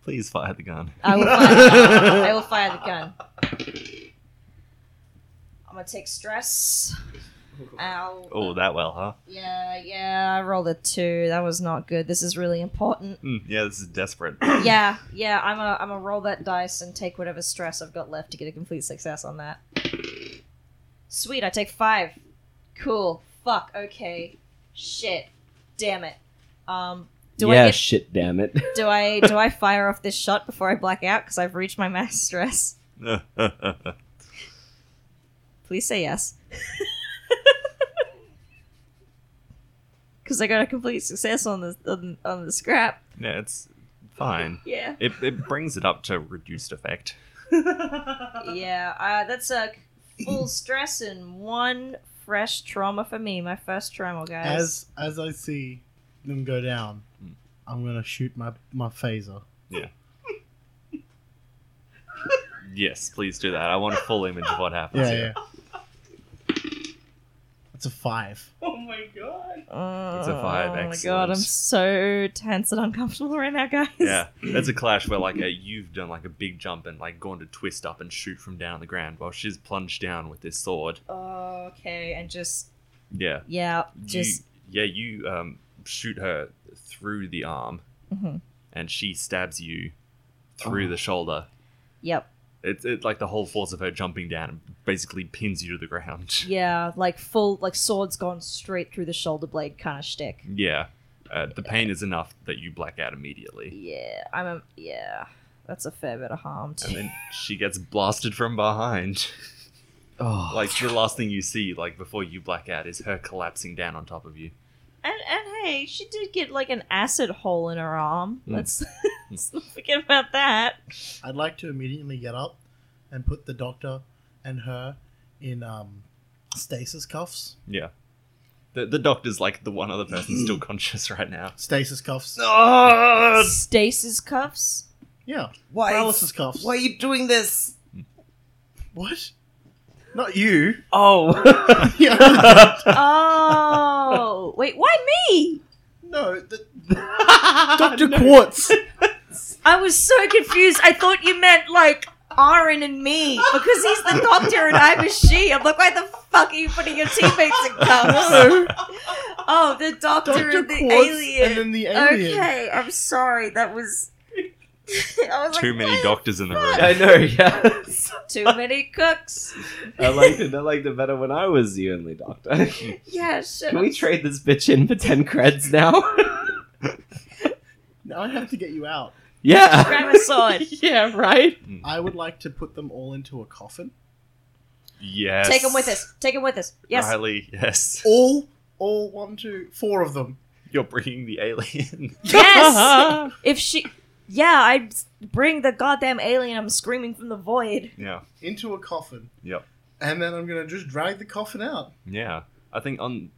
Speaker 3: Please fire the gun.
Speaker 2: I will fire. I will fire the gun. I'm gonna take stress. Ow.
Speaker 3: Oh, that well, huh?
Speaker 2: Yeah, yeah. I rolled a two. That was not good. This is really important.
Speaker 3: Mm, yeah, this is desperate.
Speaker 2: Yeah, yeah. I'm a, I'm a roll that dice and take whatever stress I've got left to get a complete success on that. Sweet. I take five. Cool. Fuck. Okay. Shit. Damn it. Um. Do
Speaker 1: yeah,
Speaker 2: I get,
Speaker 1: shit, damn it.
Speaker 2: do I do I fire off this shot before I black out because I've reached my max stress? Please say yes. Because I got a complete success on the on, on the scrap.
Speaker 3: yeah, it's fine.
Speaker 2: Yeah.
Speaker 3: It, it brings it up to reduced effect.
Speaker 2: Yeah. Uh, that's a full stress and one fresh trauma for me. My first trauma, guys.
Speaker 4: As as I see them go down,
Speaker 3: Mm.
Speaker 4: I'm gonna shoot my my phaser.
Speaker 3: Yes, please do that. I want a full image of what happens
Speaker 4: Yeah,
Speaker 3: here.
Speaker 4: yeah. It's a five.
Speaker 5: Oh my god.
Speaker 2: Oh,
Speaker 3: It's a five,
Speaker 2: Oh my
Speaker 3: excellent.
Speaker 2: god, I'm so tense and uncomfortable right now, guys.
Speaker 3: Yeah, that's a clash where like uh, you've done like a big jump and like gone to twist up and shoot from down on the ground while she's plunged down with this sword.
Speaker 2: Okay, and just
Speaker 3: Yeah,
Speaker 2: yeah, just
Speaker 3: you, yeah, you um, shoot her through the arm,
Speaker 2: Mhm.
Speaker 3: and she stabs you through
Speaker 4: Oh.
Speaker 3: the shoulder.
Speaker 2: yep.
Speaker 3: It's it, like the whole force of her jumping down basically pins you to the ground.
Speaker 2: Yeah, like full, like swords gone straight through the shoulder blade kind of shtick.
Speaker 3: Yeah, uh, the pain is enough that you black out immediately,
Speaker 2: Yeah, I'm a, yeah, that's a fair bit of harm.
Speaker 3: and
Speaker 2: Too.
Speaker 3: then she gets blasted from behind.
Speaker 1: Oh,
Speaker 3: like the last thing you see like before you black out is her collapsing down on top of you
Speaker 2: And and hey, she did get like an acid hole in her arm.
Speaker 3: Mm.
Speaker 2: Let's, let's not forget about that.
Speaker 4: I'd like to immediately get up and put the doctor and her in um, stasis cuffs.
Speaker 3: yeah the, the doctor's like the one other person still conscious right now
Speaker 4: Stasis cuffs.
Speaker 2: Stasis cuffs.
Speaker 4: Yeah.
Speaker 1: why?
Speaker 4: Paralysis cuffs.
Speaker 1: Why are you doing this?
Speaker 4: What? Not you.
Speaker 1: Oh,
Speaker 4: yeah.
Speaker 2: Oh wait, why me?
Speaker 4: No. The... Doctor Quartz.
Speaker 2: I was so confused. I thought you meant like Aaron and me because he's the doctor and I'm a she. I'm like, why the fuck are you putting your teammates in cuffs?
Speaker 4: No.
Speaker 2: Oh, the doctor,
Speaker 4: Doctor
Speaker 2: and the
Speaker 4: Quartz
Speaker 2: alien.
Speaker 4: and then the alien.
Speaker 2: Okay, I'm sorry. That was. I was
Speaker 3: too
Speaker 2: like,
Speaker 3: many
Speaker 2: "What?
Speaker 3: doctors in the room
Speaker 1: I know. Yeah,
Speaker 2: Too many cooks.
Speaker 1: I liked it. I liked it better when I was the only doctor.
Speaker 2: Yeah, shit.
Speaker 1: Can we trade this bitch in for ten creds now?
Speaker 4: Now I have to get you out.
Speaker 1: yeah.
Speaker 2: Grab a sword.
Speaker 1: yeah. Right.
Speaker 4: I would like to put them all into a coffin.
Speaker 3: yes
Speaker 2: Take him with us. Take him with us. Yes.
Speaker 3: riley yes
Speaker 4: All, all one, two, four of them.
Speaker 3: you're bringing the alien
Speaker 2: Yes. if she. Yeah, I'd bring the goddamn alien. I'm screaming from the void.
Speaker 3: yeah
Speaker 4: into a coffin.
Speaker 3: Yep.
Speaker 4: And then I'm gonna just drag the coffin out
Speaker 3: yeah i think on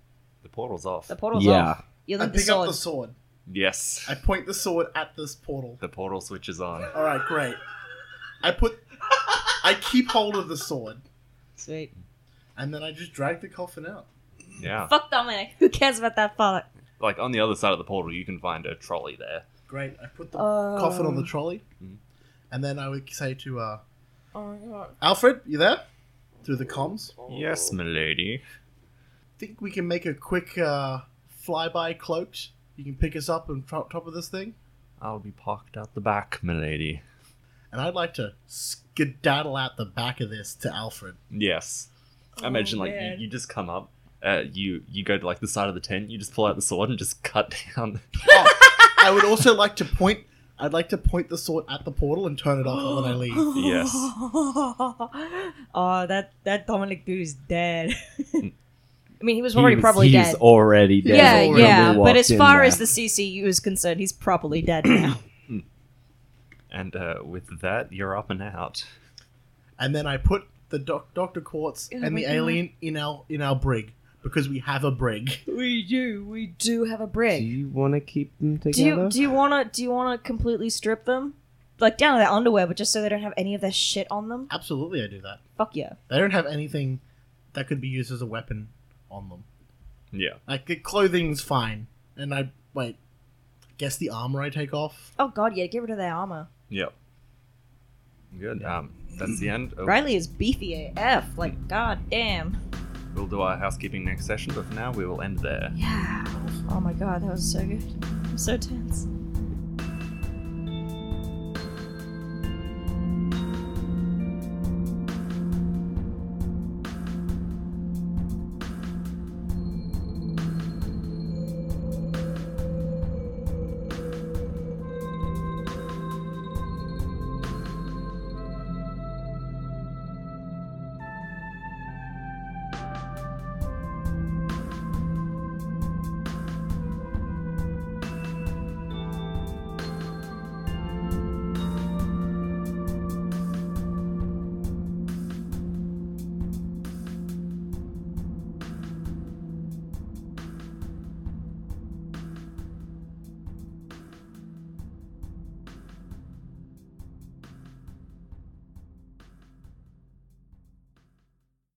Speaker 3: the portal's off
Speaker 2: The portal's
Speaker 1: Yeah.
Speaker 2: off. You
Speaker 4: I
Speaker 2: need the
Speaker 4: pick
Speaker 2: sword.
Speaker 4: up the sword.
Speaker 3: yes
Speaker 4: I point the sword at this portal.
Speaker 3: the portal switches on
Speaker 4: All right, great. I put, I keep hold of the sword,
Speaker 2: Sweet.
Speaker 4: and then I just drag the coffin out.
Speaker 3: yeah
Speaker 2: Fuck Dominic. Who cares about that father?
Speaker 3: like on the other side of the portal you can find a trolley there
Speaker 4: Great. I put the
Speaker 2: Oh.
Speaker 4: coffin on the trolley,
Speaker 3: Mhm.
Speaker 4: and then I would say to uh,
Speaker 2: Oh my god.
Speaker 4: Alfred, you there? through the comms.
Speaker 3: Yes, milady.
Speaker 4: Think we can make a quick uh, flyby cloaked. You can pick us up on top top of this thing.
Speaker 3: I'll be parked out the back, milady.
Speaker 4: And I'd like to skedaddle out the back of this to Alfred.
Speaker 3: Yes. I imagine like you, you just come up, uh, you you go to like the side of the tent, you just pull out the sword and just cut down.
Speaker 4: Oh, I would also like to point. I'd like to point the sword at the portal and turn it off when I leave.
Speaker 3: Yes.
Speaker 2: oh, that that Dominic dude is dead. I mean, he was
Speaker 1: Mm. He
Speaker 2: already
Speaker 1: was-
Speaker 2: probably
Speaker 1: he's
Speaker 2: dead.
Speaker 1: already dead.
Speaker 2: yeah,
Speaker 1: when
Speaker 4: already
Speaker 2: yeah.
Speaker 1: we
Speaker 2: But
Speaker 1: walked
Speaker 2: as
Speaker 1: in
Speaker 2: far
Speaker 1: there.
Speaker 2: as the CCU is concerned, he's probably dead now.
Speaker 3: And uh, with that, you're up and out.
Speaker 4: and then I put the doc- Doctor Quartz
Speaker 2: Oh
Speaker 4: and
Speaker 2: my
Speaker 4: the
Speaker 2: God.
Speaker 4: alien in our in our brig because we have a brig.
Speaker 2: we do. We do have a
Speaker 1: do
Speaker 2: brick.
Speaker 1: you want to keep them
Speaker 2: Do
Speaker 1: together?
Speaker 2: you do you wanna do you wanna completely strip them? Like down to their underwear, but just so they don't have any of their shit on them?
Speaker 4: Absolutely, I do that.
Speaker 2: Fuck yeah.
Speaker 4: They don't have anything that could be used as a weapon on them.
Speaker 3: Yeah.
Speaker 4: Like the clothing's fine, and I wait. Guess the armor I take off.
Speaker 2: Oh god, yeah, get rid of their armor.
Speaker 3: Yep. Good. Um, that's the end. of-
Speaker 2: Riley is beefy AF. Like, god damn.
Speaker 3: We'll do our housekeeping next session, but for now, we will end there.
Speaker 2: Yeah. Oh my god, that was so good. I'm so tense.